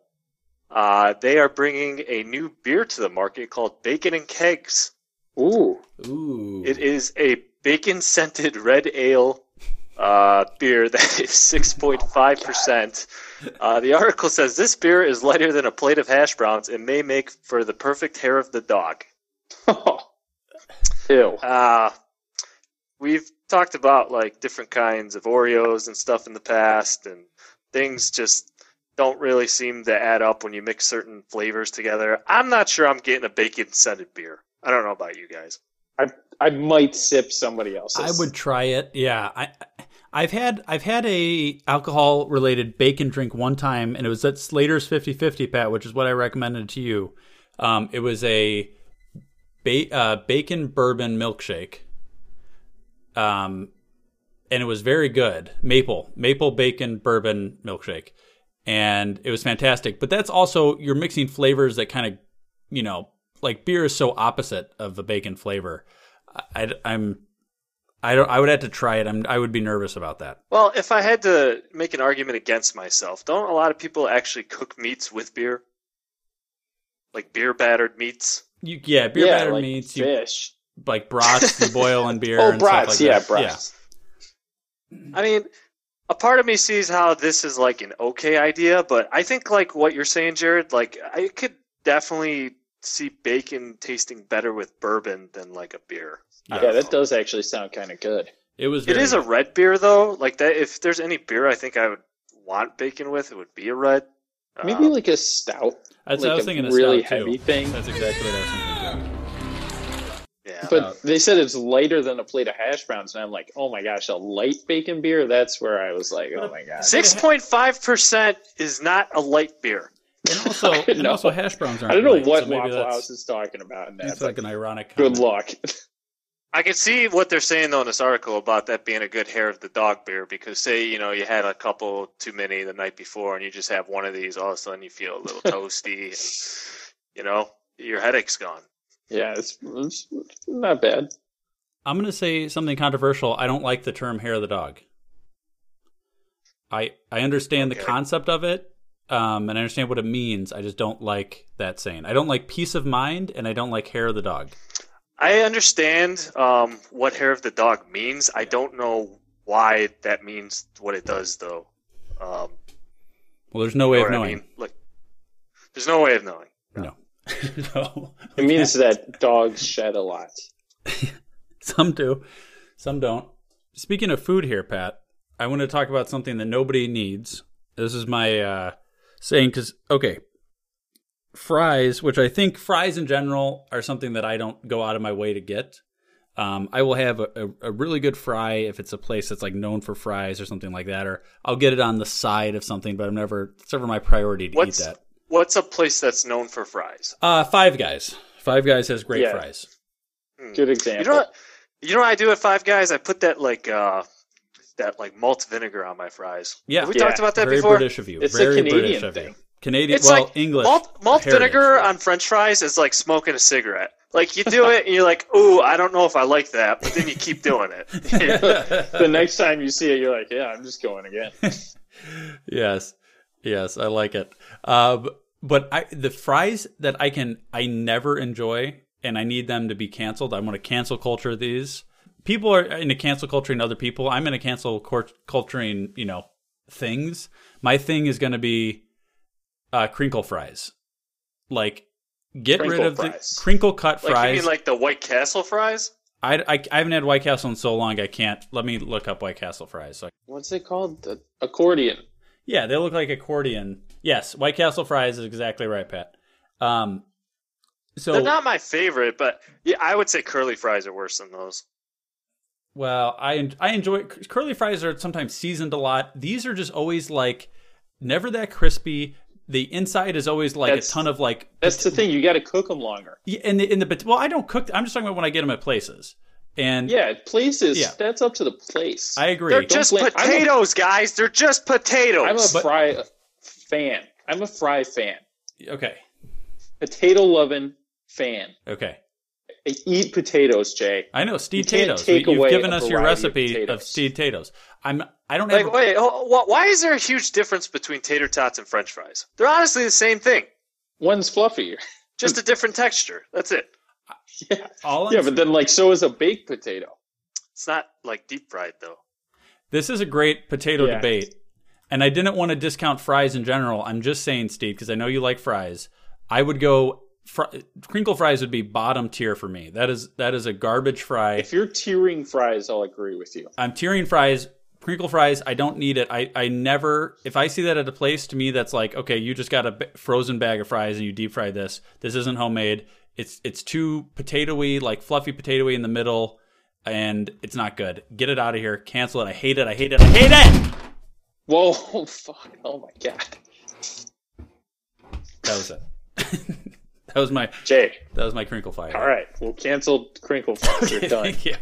Speaker 2: Uh, they are bringing a new beer to the market called Bacon and Kegs.
Speaker 9: ooh,
Speaker 8: Ooh.
Speaker 2: It is a bacon scented red ale uh, beer that is 6.5%. uh, the article says this beer is lighter than a plate of hash browns and may make for the perfect hair of the dog.
Speaker 9: ew.
Speaker 2: Uh, we've talked about like different kinds of Oreos and stuff in the past, and things just don't really seem to add up when you mix certain flavors together. I'm not sure I'm getting a bacon scented beer. I don't know about you guys.
Speaker 9: I might sip somebody
Speaker 8: I
Speaker 9: else's.
Speaker 8: would try it. Yeah, I, I've had I've had a alcohol related bacon drink one time, and it was at Slater's 50-50, Pat, which is what I recommended to you. Um, it was a ba- uh, bacon bourbon milkshake, um, and it was very good. Maple maple bacon bourbon milkshake, and it was fantastic. But that's also you're mixing flavors that kind of you know like beer is so opposite of the bacon flavor. I, I- I'm I don't. I would have to try it. I'm. I would be nervous about that.
Speaker 2: Well, if I had to make an argument against myself, don't a lot of people actually cook meats with beer? like beer battered meats.
Speaker 8: You, yeah, beer
Speaker 9: Yeah,
Speaker 8: batter
Speaker 9: like
Speaker 8: meats,
Speaker 9: fish.
Speaker 8: you like brats, you boil in beer.
Speaker 9: Oh,
Speaker 8: and
Speaker 9: brats, yeah,
Speaker 8: stuff like that.
Speaker 9: brats.
Speaker 2: I mean, a part of me sees how this is like an okay idea, but I think like what you're saying, Jared, like I could definitely see bacon tasting better with bourbon than like a beer. I
Speaker 9: Yeah,
Speaker 2: don't
Speaker 9: that
Speaker 2: know.
Speaker 9: does actually sound kind of good.
Speaker 8: It was.
Speaker 2: It
Speaker 8: very
Speaker 2: is a
Speaker 8: good.
Speaker 2: red beer though. Like that, if there's any beer I think I would want bacon with, it would be a red. um,
Speaker 9: Maybe like a stout.
Speaker 8: That's what
Speaker 9: like
Speaker 8: I was
Speaker 9: a
Speaker 8: thinking. A
Speaker 9: really
Speaker 8: stout, too.
Speaker 9: heavy thing.
Speaker 8: That's exactly what I was thinking. Jared.
Speaker 2: yeah.
Speaker 9: But they said it's lighter than a plate of hash browns, and I'm like, oh my gosh, a light bacon beer. That's where I was like, oh my gosh.
Speaker 2: Six point five percent is not a light beer.
Speaker 8: And also, and
Speaker 9: know.
Speaker 8: also, hash browns aren't.
Speaker 9: I don't know
Speaker 8: light,
Speaker 9: what
Speaker 8: so maybe
Speaker 9: Waffle
Speaker 8: that's,
Speaker 9: House is talking about in that.
Speaker 8: That's
Speaker 9: It's like,
Speaker 8: like an ironic.
Speaker 9: good
Speaker 8: Comment.
Speaker 9: luck.
Speaker 2: I can see what they're saying though in this article about that being a good hair of the dog beer because say you know you had a couple too many the night before and you just have one of these all of a sudden you feel a little toasty and you know your headache's gone.
Speaker 9: yeah, it's, it's not bad.
Speaker 8: I'm gonna say something controversial. I don't like the term "hair of the dog." I I understand the concept of it, um, and I understand what it means. I just don't like that saying. I don't like peace of mind, and I don't like hair of the dog.
Speaker 2: I understand um, what hair of the dog means. I don't know why that means what it does though. Um,
Speaker 8: Well, there's no way
Speaker 2: or,
Speaker 8: of knowing.
Speaker 2: I mean, like, there's no way of knowing.
Speaker 8: no, no.
Speaker 9: It means that dogs shed a lot.
Speaker 8: Some do, some don't. Speaking of food here, Pat, I want to talk about something that nobody needs. This is my uh, saying because, okay, fries, which I think fries in general are something that I don't go out of my way to get. Um, I will have a, a, a really good fry if it's a place that's like known for fries or something like that, or I'll get it on the side of something, but I'm never, it's never my priority to
Speaker 2: What's
Speaker 8: eat that.
Speaker 2: what's a place that's known for fries?
Speaker 8: Uh, Five Guys. Five Guys has great
Speaker 9: Yeah.
Speaker 8: fries.
Speaker 2: Hmm.
Speaker 9: Good
Speaker 2: You
Speaker 9: example.
Speaker 2: know what? You know what I do at Five Guys? I put that like uh that like malt vinegar on my fries.
Speaker 8: Yeah.
Speaker 2: Have we
Speaker 9: Yeah.
Speaker 2: talked about that
Speaker 8: Very
Speaker 2: before.
Speaker 8: British of you.
Speaker 9: It's a
Speaker 8: Very
Speaker 9: Canadian
Speaker 8: British of you.
Speaker 9: thing.
Speaker 8: Canadian,
Speaker 2: It's
Speaker 8: well,
Speaker 2: like
Speaker 8: English.
Speaker 2: malt, malt
Speaker 8: heritage.
Speaker 2: vinegar uh, on French fries is like smoking a cigarette. Like you do it and you're like, ooh, I don't know if I like that, but then you keep doing it.
Speaker 9: the next time you see it, you're like, yeah, I'm just going again.
Speaker 8: Yes, yes, I like it. Um, but I, the fries that I can, I never enjoy, and I need them to be canceled. I want to cancel culture these. People are into cancel culturing other people. I'm into cancel cor- culturing, you know, things. My thing is going to be uh, crinkle fries, like get rid
Speaker 9: Crinkle
Speaker 8: of
Speaker 9: fries.
Speaker 8: the crinkle cut
Speaker 2: like
Speaker 8: fries.
Speaker 2: you mean like the White Castle fries?
Speaker 8: I, I, I haven't had White Castle in so long. I can't. Let me look up White Castle fries. So
Speaker 9: What's it called? The accordion.
Speaker 8: yeah, they look like accordion. Yes, White Castle fries is exactly right, Pat. Um, so
Speaker 2: They're not my favorite, but yeah, I would say curly fries are worse than those.
Speaker 8: well, I en- I enjoy curly fries are sometimes seasoned a lot. These are just always like never that crispy. The inside is always like
Speaker 9: That's-
Speaker 8: a ton of like
Speaker 9: That's the thing. You got to cook them longer.
Speaker 8: yeah, in the in the pot- well, I don't cook. I'm just talking about when I get them at places. And
Speaker 9: Yeah, places.
Speaker 8: Yeah.
Speaker 9: That's up to the place.
Speaker 8: I agree.
Speaker 2: They're just
Speaker 9: blame- I'm a-
Speaker 2: potatoes, guys. They're just potatoes.
Speaker 9: I'm a
Speaker 8: But-
Speaker 9: fry uh, fan. I'm a fry fan.
Speaker 8: okay,
Speaker 9: Potato loving fan.
Speaker 8: okay.
Speaker 9: I eat potatoes, Jay.
Speaker 8: I know steamed
Speaker 9: can't
Speaker 8: potatoes.
Speaker 9: take
Speaker 8: You've
Speaker 9: away
Speaker 8: given
Speaker 9: a
Speaker 8: us your
Speaker 9: variety of
Speaker 8: recipe of,
Speaker 9: potatoes.
Speaker 8: steamed potatoes. I'm I don't have
Speaker 2: Like, wait, oh, wh- why is there a huge difference between tater tots and French fries? They're honestly the same thing,
Speaker 9: One's fluffier.
Speaker 2: just a different texture. That's it.
Speaker 9: yeah.
Speaker 8: all. I'm
Speaker 9: yeah, but then like so is a baked potato.
Speaker 2: It's not like deep fried though.
Speaker 8: This is a great potato
Speaker 9: Yeah.
Speaker 8: debate. And I didn't want to discount fries in general. I'm just saying, Steve, because I know you like fries. I would go fr- crinkle fries would be bottom tier for me. That is that is a garbage fry.
Speaker 9: If you're tearing fries, I'll agree with you.
Speaker 8: I'm tiering fries. Crinkle fries, I don't need it. I, I never, if I see that at a place to me that's like, okay, you just got a b- frozen bag of fries and you deep fry this. This isn't homemade. It's it's too potatoey, like fluffy potatoey in the middle, and it's not good. Get it out of here. Cancel it. I hate it. I hate it. I hate it.
Speaker 9: Whoa, fuck. Oh my god.
Speaker 8: That was it. that was my
Speaker 9: Jay.
Speaker 8: that was my crinkle fire.
Speaker 9: All right. We'll cancel crinkle fries. You're done.
Speaker 8: Thank you.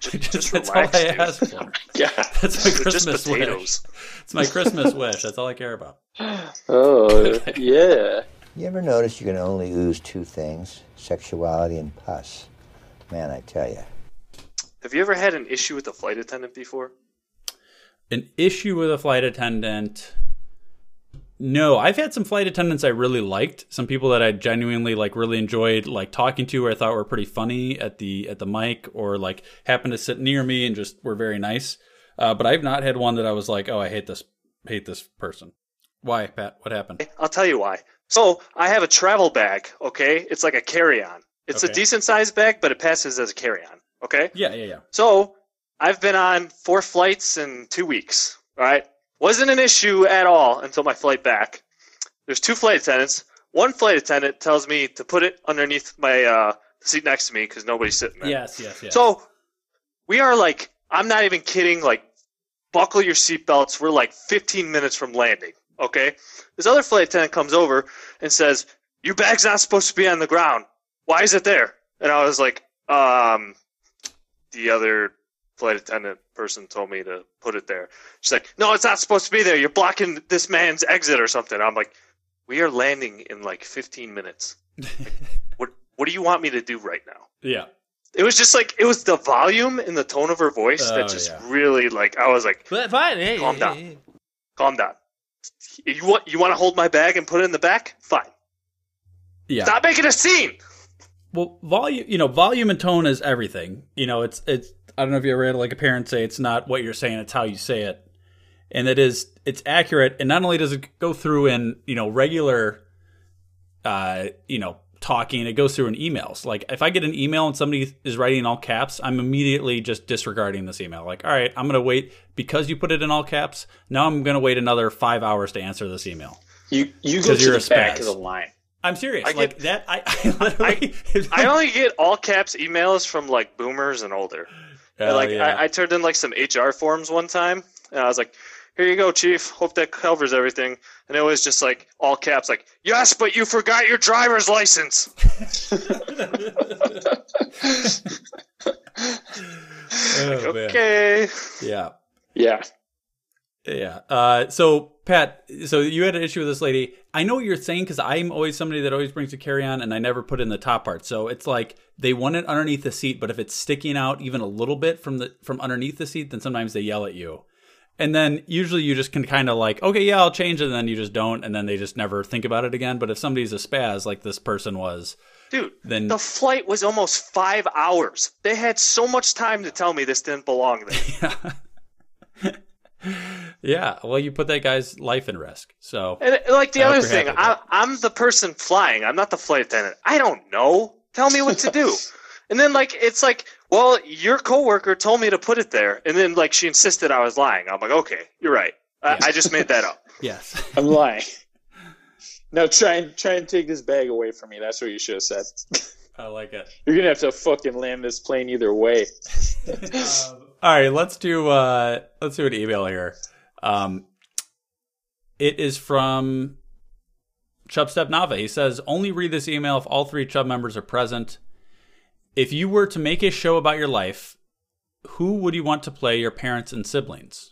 Speaker 2: Just
Speaker 8: That's all
Speaker 2: relax,
Speaker 8: I
Speaker 2: dude.
Speaker 8: asked for.
Speaker 9: God.
Speaker 8: That's my
Speaker 2: They're just
Speaker 8: Christmas wish.
Speaker 2: potatoes.
Speaker 8: It's my Christmas wish. That's all I care about.
Speaker 9: Oh yeah.
Speaker 4: You ever notice you can only ooze two things sexuality and pus? Man, I tell you.
Speaker 2: Have you ever had an issue with a flight attendant before?
Speaker 8: An issue with a flight attendant. No, I've had some flight attendants I really liked. Some people that I genuinely like really enjoyed like talking to or I thought were pretty funny at the at the mic or like happened to sit near me and just were very nice. Uh, but I've not had one that I was like, oh, I hate this hate this person. Why, Pat? What happened?
Speaker 2: I'll tell you why. So I have a travel bag. Okay, it's like a carry-on. It's a
Speaker 8: Okay.
Speaker 2: decent sized bag, but it passes as a carry-on. Okay.
Speaker 8: Yeah, yeah, yeah.
Speaker 2: So I've been on four flights in two weeks. All right. Wasn't an issue at all until my flight back. There's two flight attendants. One flight attendant tells me to put it underneath my uh, seat next to me because nobody's sitting there.
Speaker 8: Yes, yes, yes.
Speaker 2: So we are like, I'm not even kidding. Like, buckle your seatbelts. We're like 15 minutes from landing. Okay. This other flight attendant comes over and says, "Your bag's not supposed to be on the ground. Why is it there?" And I was like, "Um, the other flight attendant person told me to put it there." She's like, "No, it's not supposed to be there. You're blocking this man's exit or something." I'm like, "We are landing in like 15 minutes. what What do you want me to do right now?"
Speaker 8: yeah.
Speaker 2: It was just like it was the volume and the tone of her voice
Speaker 8: Oh,
Speaker 2: that just
Speaker 8: yeah.
Speaker 2: really like I was like,
Speaker 7: But fine. Hey,
Speaker 2: calm
Speaker 7: hey,
Speaker 2: down,
Speaker 7: hey.
Speaker 2: calm down. You want you want to hold my bag and put it in the back? Fine.
Speaker 8: Yeah.
Speaker 2: Stop making a scene.
Speaker 8: Well, volume, you know, volume and tone is everything. You know, it's it's. I don't know if you ever had like a parent say it's not what you're saying, it's how you say it, and it is. It's accurate, and not only does it go through in you know regular, uh, you know, talking, it goes through in emails. Like if I get an email and somebody is writing in all caps, I'm immediately just disregarding this email. Like, all right, I'm gonna wait because you put it in all caps. Now I'm gonna wait another five hours to answer this email.
Speaker 9: You you go
Speaker 8: 'Cause
Speaker 9: to
Speaker 8: you're
Speaker 9: the
Speaker 8: a
Speaker 9: back
Speaker 8: spaz.
Speaker 9: of the line.
Speaker 8: I'm serious.
Speaker 2: I
Speaker 8: like that, I,
Speaker 2: I only get all caps emails from like boomers and older. And,
Speaker 8: Oh,
Speaker 2: like
Speaker 8: yeah.
Speaker 2: I, I turned in like some HR forms one time, and I was like, "Here you go, chief. Hope that covers everything." And it was just like all caps, like "Yes, but you forgot your driver's license."
Speaker 8: Oh, man.
Speaker 2: okay.
Speaker 8: Yeah.
Speaker 9: Yeah.
Speaker 8: Yeah. Uh, so Pat, so you had an issue with this lady. I know what you're saying because I'm always somebody that always brings a carry on, and I never put in the top part. So it's like they want it underneath the seat, but if it's sticking out even a little bit from the from underneath the seat, then sometimes they yell at you. And then usually you just can kind of like, okay, yeah, I'll change it, and then you just don't, and then they just never think about it again. But if somebody's a spaz like this person was,
Speaker 2: Dude,
Speaker 8: then
Speaker 2: The flight was almost five hours. They had so much time to tell me this didn't belong there.
Speaker 8: yeah, well, you put that guy's life in risk. So
Speaker 2: And uh, like the
Speaker 8: I hope
Speaker 2: other
Speaker 8: you're
Speaker 2: thing,
Speaker 8: happy with
Speaker 2: I, I'm the person flying. I'm not the flight attendant. I don't know. Tell me what to do. and then like it's like, well, your coworker told me to put it there, and then like she insisted I was lying. I'm like, okay, you're right. I, I just made that up.
Speaker 8: Yes.
Speaker 9: I'm lying. No, try and try and take this bag away from me. That's what you should have said.
Speaker 8: I like it.
Speaker 9: You're gonna have to fucking land this plane either way.
Speaker 8: All right, let's do uh let's do an email here. Um it is from Chubstep Nava. He says, "Only read this email if all three Chub members are present. If you were to make a show about your life, who would you want to play your parents and siblings?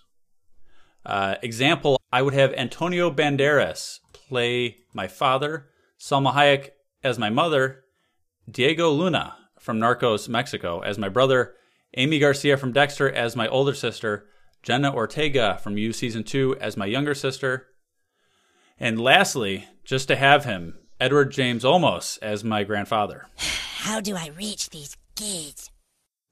Speaker 8: Uh, example: I would have Antonio Banderas play my father, Salma Hayek as my mother, Diego Luna from Narcos Mexico as my brother, Amy Garcia from Dexter as my older sister, Jenna Ortega from You Season 2 as my younger sister, and lastly, just to have him, Edward James Olmos as my grandfather.
Speaker 11: How do I reach these kids?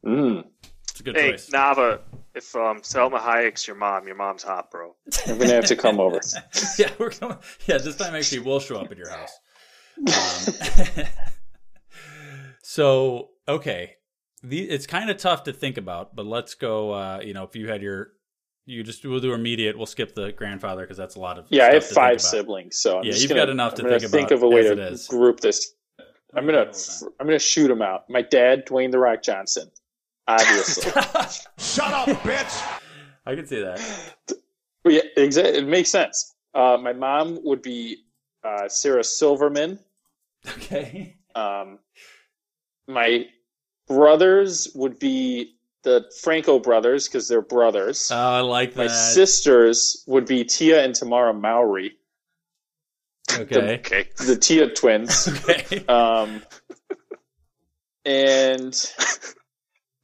Speaker 8: It's a good
Speaker 2: hey,
Speaker 8: choice.
Speaker 2: Nava, if um, Selma Hayek's your mom, your mom's hot, bro.
Speaker 9: I'm gonna have to come over.
Speaker 8: yeah, we're coming. Yeah, this time actually we'll show up at your house. Um, so okay, the, it's kind of tough to think about, but let's go. Uh, you know, if you had your, you just we'll do immediate. We'll skip the grandfather because that's a lot of.
Speaker 9: Yeah, I
Speaker 8: stuff
Speaker 9: have
Speaker 8: to think
Speaker 9: five
Speaker 8: about.
Speaker 9: siblings, so I'm
Speaker 8: yeah,
Speaker 9: just
Speaker 8: you've
Speaker 9: gonna,
Speaker 8: got enough to
Speaker 9: I'm gonna
Speaker 8: think about.
Speaker 9: think of a way
Speaker 8: as
Speaker 9: to
Speaker 8: it is.
Speaker 9: group this. I'm gonna I'm gonna shoot them out. My dad, Dwayne the Rock Johnson, obviously.
Speaker 8: Shut up, bitch. I can see that.
Speaker 9: Well, yeah, exactly. It makes sense. Uh, my mom would be uh, Sarah Silverman.
Speaker 8: Okay.
Speaker 9: Um, my brothers would be the Franco brothers because they're brothers.
Speaker 8: Oh, I like that.
Speaker 9: my sisters would be Tia and Tamara Mowry.
Speaker 8: Okay.
Speaker 9: The, the Tia twins.
Speaker 8: okay.
Speaker 9: Um, and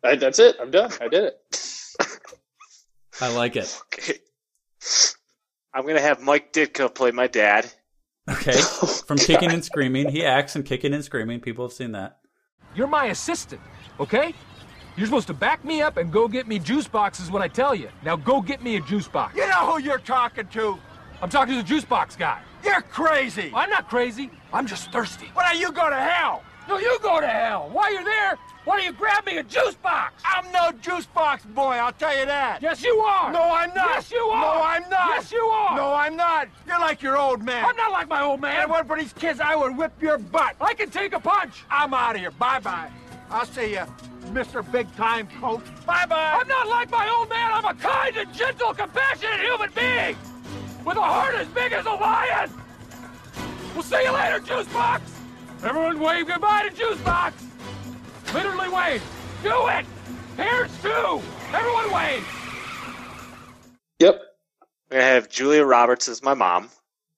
Speaker 9: I, that's it. I'm done. I did it.
Speaker 8: I like it.
Speaker 2: I'm gonna have Mike Ditka play my dad.
Speaker 8: Okay. From kicking and screaming, he acts in kicking and screaming. People have seen that.
Speaker 7: You're my assistant, okay? You're supposed to back me up and go get me juice boxes when I tell you. Now go get me a juice box.
Speaker 14: You know who you're talking to?
Speaker 7: I'm talking to the juice box guy.
Speaker 14: You're crazy.
Speaker 7: I'm not crazy. I'm just thirsty.
Speaker 14: Why don't you go to hell?
Speaker 7: No, you go to hell. While you're there, why don't you grab me a juice box?
Speaker 14: I'm no juice box boy, I'll tell you that.
Speaker 7: Yes, you are.
Speaker 14: No, I'm not.
Speaker 7: Yes, you are.
Speaker 14: No, I'm not.
Speaker 7: Yes, you are.
Speaker 14: No, I'm not. You're like your old man.
Speaker 7: I'm not like my old man.
Speaker 14: If it weren't for these kids, I would whip your butt.
Speaker 7: I can take a punch.
Speaker 14: I'm out of here. Bye bye. I'll see you, Mr. Big Time Coach. Bye bye.
Speaker 7: I'm not like my old man. I'm a kind and gentle, compassionate human being with a heart as big as a lion. We'll see you later, juice box. Everyone wave goodbye to juice box. Literally wave. Do it. Here's two. Everyone wave.
Speaker 9: Yep.
Speaker 2: I'm gonna have Julia Roberts as my mom.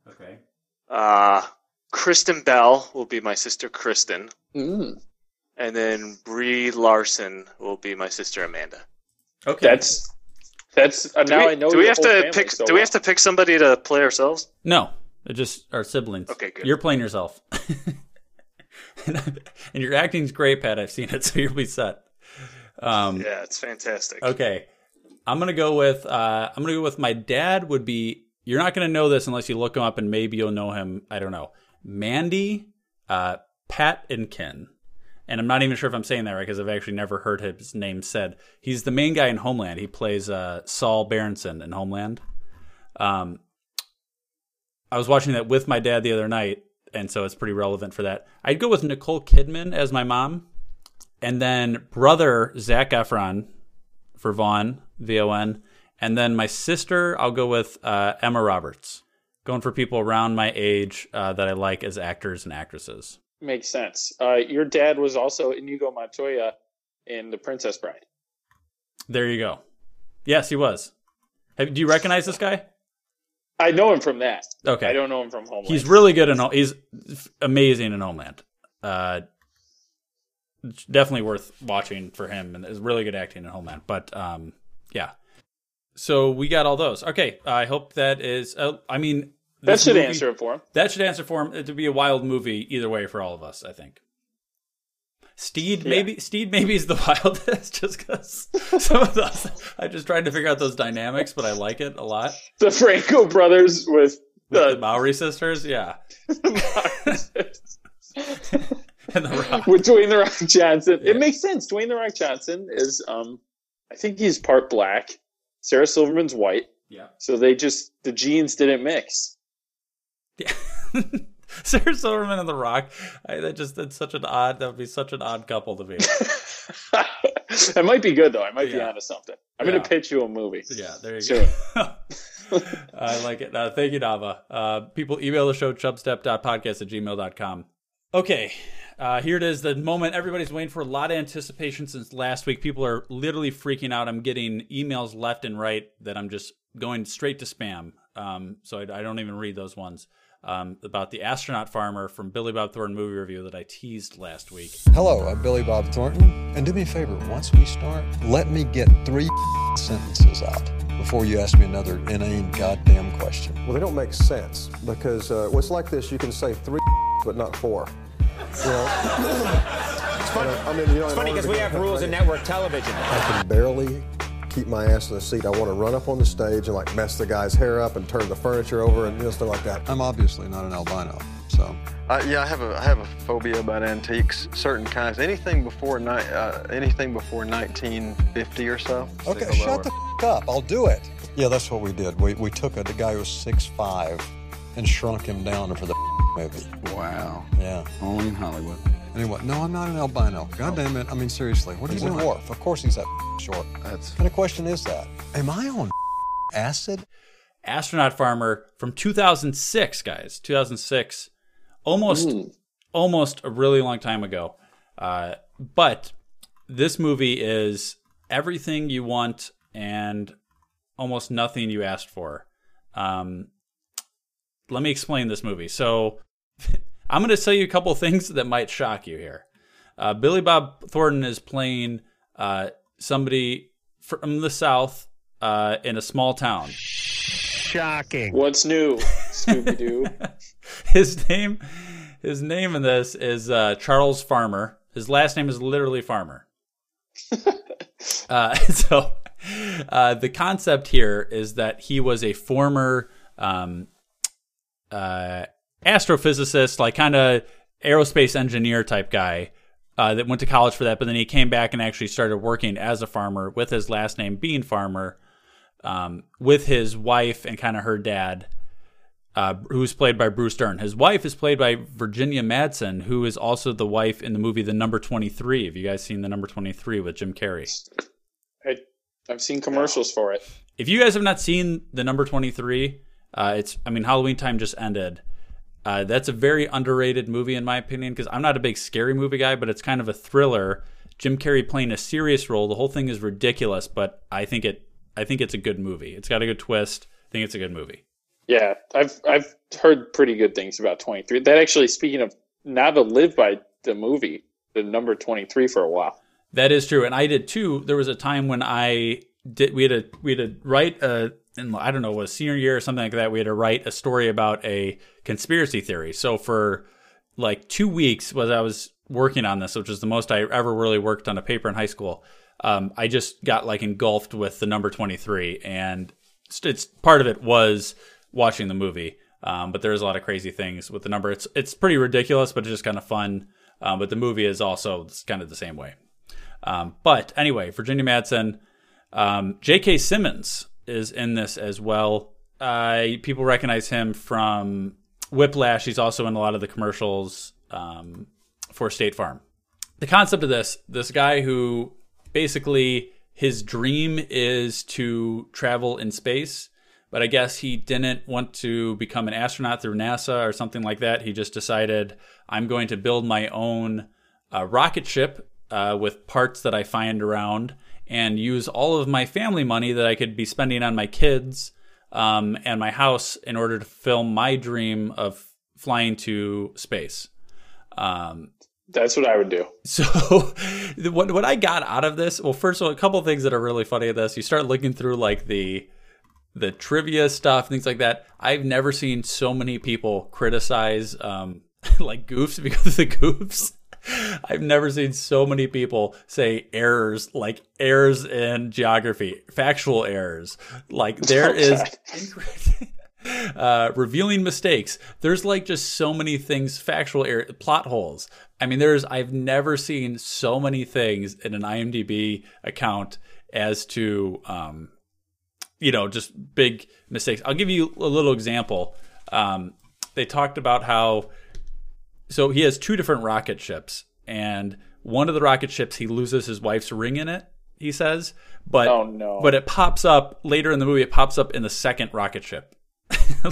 Speaker 8: Okay.
Speaker 2: Uh, Kristen Bell will be my sister Kristen,
Speaker 9: Mm.
Speaker 2: and then Brie Larson will be my sister Amanda.
Speaker 8: Okay.
Speaker 9: That's that's uh,
Speaker 2: Do
Speaker 9: now
Speaker 2: we,
Speaker 9: I know.
Speaker 2: do we
Speaker 9: your
Speaker 2: have
Speaker 9: whole
Speaker 2: to
Speaker 9: family
Speaker 2: pick?
Speaker 9: so
Speaker 2: do we
Speaker 9: well.
Speaker 2: have to pick somebody to play ourselves?
Speaker 8: No, they're just our siblings.
Speaker 2: Okay, good.
Speaker 8: You're playing yourself. and, and your acting's great, Pat. I've seen it, so you'll be set. Um,
Speaker 2: Yeah, it's fantastic.
Speaker 8: Okay. I'm gonna go with uh, I'm gonna go with my dad would be you're not gonna know this unless you look him up and maybe you'll know him. I don't know. Mandy, uh, Pat and Ken. And I'm not even sure if I'm saying that right because I've actually never heard his name said. He's the main guy in Homeland. He plays uh, Saul Berenson in Homeland. Um, I was watching that with my dad the other night, and so it's pretty relevant for that. I'd go with Nicole Kidman as my mom, and then brother Zach Efron for Vaughn, V O N, and then my sister. I'll go with uh, Emma Roberts. Going for people around my age uh, that I like as actors and actresses.
Speaker 9: Makes sense. Uh, your dad was also Inigo Montoya in The Princess Bride.
Speaker 8: There you go. Yes, he was. Have, do you recognize this guy?
Speaker 9: I know him from that.
Speaker 8: Okay.
Speaker 9: I don't know him from Homeland.
Speaker 8: He's really good in. Ho- He's f- amazing in Homeland. Uh, it's definitely worth watching for him, and it's really good acting in Homeland. But um, yeah. So we got all those. Okay, I hope that is. Uh, I mean,
Speaker 9: that
Speaker 8: this
Speaker 9: should
Speaker 8: movie-
Speaker 9: answer it for him.
Speaker 8: That should answer for him. It would be a wild movie either way for all of us. I think. Steed
Speaker 9: Yeah.
Speaker 8: maybe Steed maybe is the wildest just because some of those I just tried to figure out those dynamics, but I like it a lot.
Speaker 9: The Franco brothers with
Speaker 8: With
Speaker 9: the,
Speaker 8: the Maori sisters, yeah, and the Rock.
Speaker 9: with Dwayne the Rock Johnson. It makes sense. Dwayne the Rock Johnson is, um, I think he's part black. Sarah Silverman's white,
Speaker 8: Yeah,
Speaker 9: so they just the genes didn't mix.
Speaker 8: Sarah Silverman and the Rock. I, that just that's such an odd. That would be such an odd couple to be.
Speaker 9: that might be good though. I might be
Speaker 8: Yeah.
Speaker 9: onto something. I'm
Speaker 8: Yeah.
Speaker 9: gonna pitch you a movie.
Speaker 8: Yeah, there you
Speaker 9: Sure.
Speaker 8: go. I like it. Uh, thank you, Nava. Uh, people email the show, chubstep.podcast at gmail.com. Okay, uh, here it is the moment everybody's waiting for. A lot of anticipation since last week. People are literally freaking out. I'm getting emails left and right that I'm just going straight to spam. Um, so I, I don't even read those ones. Um, about the astronaut farmer from Billy Bob Thornton movie review that I teased last week.
Speaker 15: Hello, I'm Billy Bob Thornton. And do me a favor, once we start, let me get three sentences out before you ask me another inane goddamn question.
Speaker 16: Well, they don't make sense because uh, well, it's like this: you can say three, but not four. You know? it's funny. I mean, you know,
Speaker 17: It's funny because we have rules in
Speaker 16: now.
Speaker 17: network television.
Speaker 16: I can barely keep my ass in the seat. I want to run up on the stage and like mess the guy's hair up and turn the furniture over and you know, stuff like that.
Speaker 15: I'm obviously not an albino, so.
Speaker 18: Uh, yeah, I have a I have a phobia about antiques, certain kinds. Anything before ni- uh, anything before 1950 or so.
Speaker 15: Okay, shut the f- up. I'll do it. Yeah, that's what we did. We, we took a the guy who was 6'5 and shrunk him down for the f- movie. Wow. Yeah. Only in Hollywood. Anyway, no, I'm not an albino. God damn it. I mean, seriously, what do you
Speaker 18: He's
Speaker 15: mean?
Speaker 18: not.
Speaker 15: dwarf? Of course he's that f- short. That's... What kind of question is that? Am I on f- acid?
Speaker 8: astronaut farmer from 2006 guys 2006 almost almost a really long time ago uh, but this movie is everything you want and almost nothing you asked for um, let me explain this movie so i'm going to tell you a couple things that might shock you here uh, billy bob thornton is playing uh, somebody from the south uh, in a small town
Speaker 17: shocking.
Speaker 9: What's new, Scooby Doo?
Speaker 8: his name his name in this is uh, Charles Farmer. His last name is literally Farmer. uh, so uh, the concept here is that he was a former um, uh, astrophysicist, like kind of aerospace engineer type guy uh, that went to college for that, but then he came back and actually started working as a farmer with his last name being Farmer, um, with his wife and kind of her dad, uh, who's played by Bruce Dern. His wife is played by Virginia Madsen, who is also the wife in the movie The Number 23. Have you guys seen The Number 23 with Jim Carrey?
Speaker 9: I, I've seen commercials for it.
Speaker 8: If you guys have not seen The Number 23, uh, it's, I mean, Halloween time just ended. Uh, that's a very underrated movie in my opinion because I'm not a big scary movie guy, but it's kind of a thriller. Jim Carrey playing a serious role. The whole thing is ridiculous, but I think it. I think it's a good movie. It's got a good twist. I think it's a good movie.
Speaker 9: Yeah, I've I've heard pretty good things about 23. That actually, speaking of not a live by the movie, the number 23 for a while.
Speaker 8: That is true, and I did too. There was a time when I did. We had a we had to write a and I don't know, was senior year or something like that. We had to write a story about a conspiracy theory. So for like two weeks, was I was working on this, which is the most I ever really worked on a paper in high school. Um, I just got like engulfed with the number twenty three, and it's, it's part of it was watching the movie. Um, but there's a lot of crazy things with the number. It's it's pretty ridiculous, but it's just kind of fun. Um, but the movie is also kind of the same way. Um, but anyway, Virginia Madsen, um, J.K. Simmons is in this as well. Uh, people recognize him from Whiplash. He's also in a lot of the commercials um, for State Farm. The concept of this this guy who basically his dream is to travel in space, but I guess he didn't want to become an astronaut through NASA or something like that. He just decided, I'm going to build my own uh, rocket ship uh, with parts that I find around and use all of my family money that I could be spending on my kids um, and my house in order to film my dream of flying to space. Um,
Speaker 9: That's what I would do.
Speaker 8: so, what what I got out of this? Well, first of all, a couple of things that are really funny. At this, you start looking through like the the trivia stuff, things like that. I've never seen so many people criticize um, like goofs because of the goofs. I've never seen so many people say errors, like errors in geography, factual errors. Like there is uh, revealing mistakes. There's like just so many things, factual error, plot holes. I mean, there's I've never seen so many things in an IMDb account as to um, you know just big mistakes. I'll give you a little example. Um, they talked about how so he has two different rocket ships and one of the rocket ships he loses his wife's ring in it he says but
Speaker 9: Oh, no.
Speaker 8: but it pops up later in the movie it pops up in the second rocket ship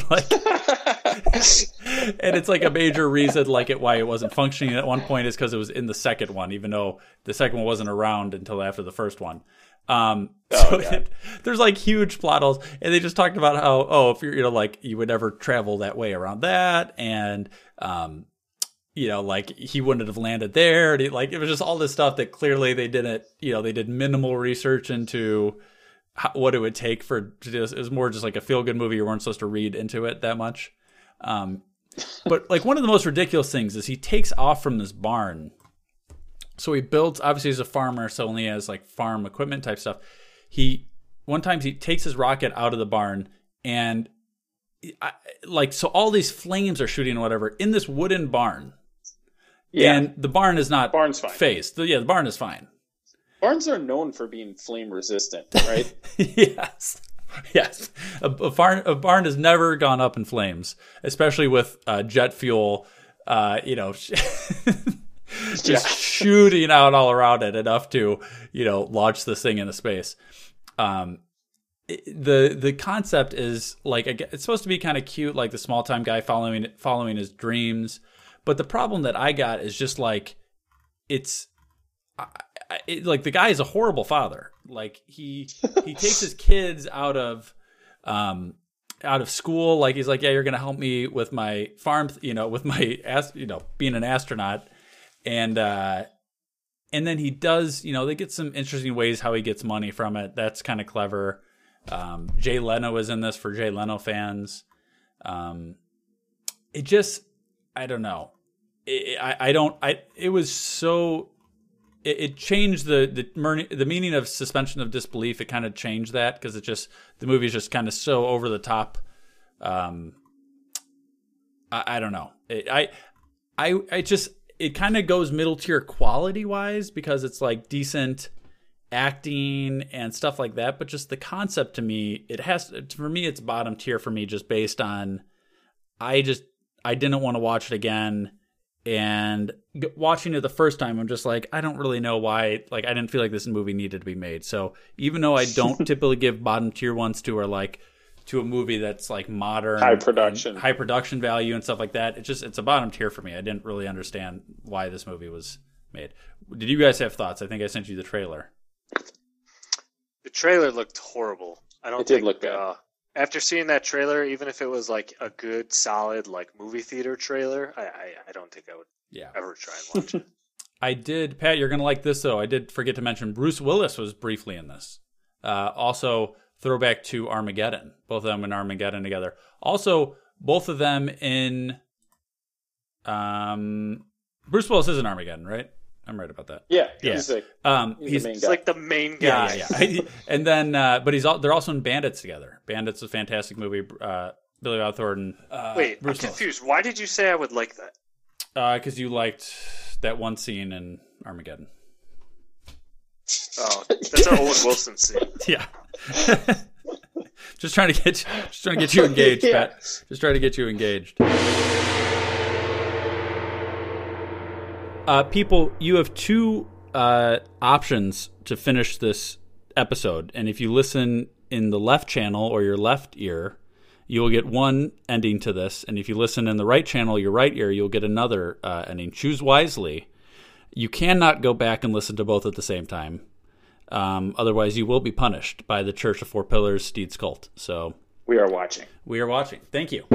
Speaker 8: like and it's like a major reason like it why it wasn't functioning at one point is because it was in the second one even though the second one wasn't around until after the first one um so it, there's like huge plot holes and they just talked about how oh if you're you know like you would never travel that way around that and um you know, like he wouldn't have landed there. And he, like it was just all this stuff that clearly they didn't, you know, they did minimal research into how, what it would take for to do this. It was more just like a feel good movie. You weren't supposed to read into it that much. Um, but like one of the most ridiculous things is he takes off from this barn. So he builds, obviously, he's a farmer, so only has like farm equipment type stuff. He, one time, he takes his rocket out of the barn and I, like, so all these flames are shooting or whatever in this wooden barn.
Speaker 9: Yeah.
Speaker 8: And the barn is not
Speaker 9: Barn's fine.
Speaker 8: phased. The- Yeah, the barn is fine.
Speaker 9: Barns are known for being flame resistant, right?
Speaker 8: yes. Yes. A, a barn a barn has never gone up in flames, especially with uh, jet fuel uh, you know just shooting out all around it enough to, you know, launch this thing into space. Um it- the the concept is like I gue- it's supposed to be kind of cute like the small time guy following following his dreams but the problem that i got is just like it's I, I, it, like the guy is a horrible father. Like he he takes his kids out of um out of school. Like he's like, yeah, you're gonna help me with my farm, th- you know, with my as you know being an astronaut, and uh and then he does, you know, they get some interesting ways how he gets money from it. That's kind of clever. Um, Jay Leno is in this for Jay Leno fans. Um, it just, I don't know. It, I, I don't. I. It was so. It, it changed the the mer- the meaning of suspension of disbelief. It kind of changed that because it just the movie is just kind of so over the top. Um, I, I don't know. It, I, I, I just it kind of goes middle tier quality wise because it's like decent acting and stuff like that. But just the concept to me, it has for me, it's bottom tier for me just based on I just I didn't want to watch it again. And g- watching it the first time, I'm just like, I don't really know why. Like, I didn't feel like this movie needed to be made. So, even though I don't typically give bottom tier ones to, or like to a movie that's like modern
Speaker 9: High production.
Speaker 8: and high production value and stuff like that it just it's a bottom tier for me i didn't really understand why this movie was made did you guys have thoughts i think i sent you the trailer
Speaker 2: The trailer looked horrible. I don't
Speaker 8: It did
Speaker 2: think,
Speaker 8: look bad.
Speaker 2: Uh, after seeing that trailer, even if it was like a good, solid, like movie theater trailer, I, I, I don't think I would
Speaker 8: Yeah.
Speaker 2: ever try and watch it.
Speaker 8: i did pat you're gonna like this though i did forget to mention bruce willis was briefly in this uh, also throwback to armageddon both of them in armageddon together also both of them in um bruce willis is in armageddon right i'm right about that
Speaker 9: Yeah,
Speaker 8: yeah
Speaker 9: he's like-
Speaker 8: um
Speaker 9: he's the
Speaker 8: he's,
Speaker 9: main
Speaker 2: It's like the main guy.
Speaker 8: Yeah, yeah. and then, uh, but he's all, they're also in Bandits together. Bandits is a fantastic movie. Uh, Billy Bob Thornton. Uh,
Speaker 2: Wait,
Speaker 8: Bruce
Speaker 2: I'm confused. Why did you say I would like that?
Speaker 8: because uh, you liked that one scene in Armageddon.
Speaker 2: Oh, that's an Owen Wilson scene.
Speaker 8: Yeah. just trying to get, just trying to get you engaged,
Speaker 2: Yeah.
Speaker 8: Pat. Just trying to get you engaged. Uh, people, you have two uh, options to finish this episode. And if you listen in the left channel or your left ear, you will get one ending to this. And if you listen in the right channel, your right ear, you'll get another uh, ending. Choose wisely. You cannot go back and listen to both at the same time. Um, otherwise, you will be punished by the Church of Four Pillars, Steed's cult. So
Speaker 9: we are watching.
Speaker 8: we are watching. Thank you.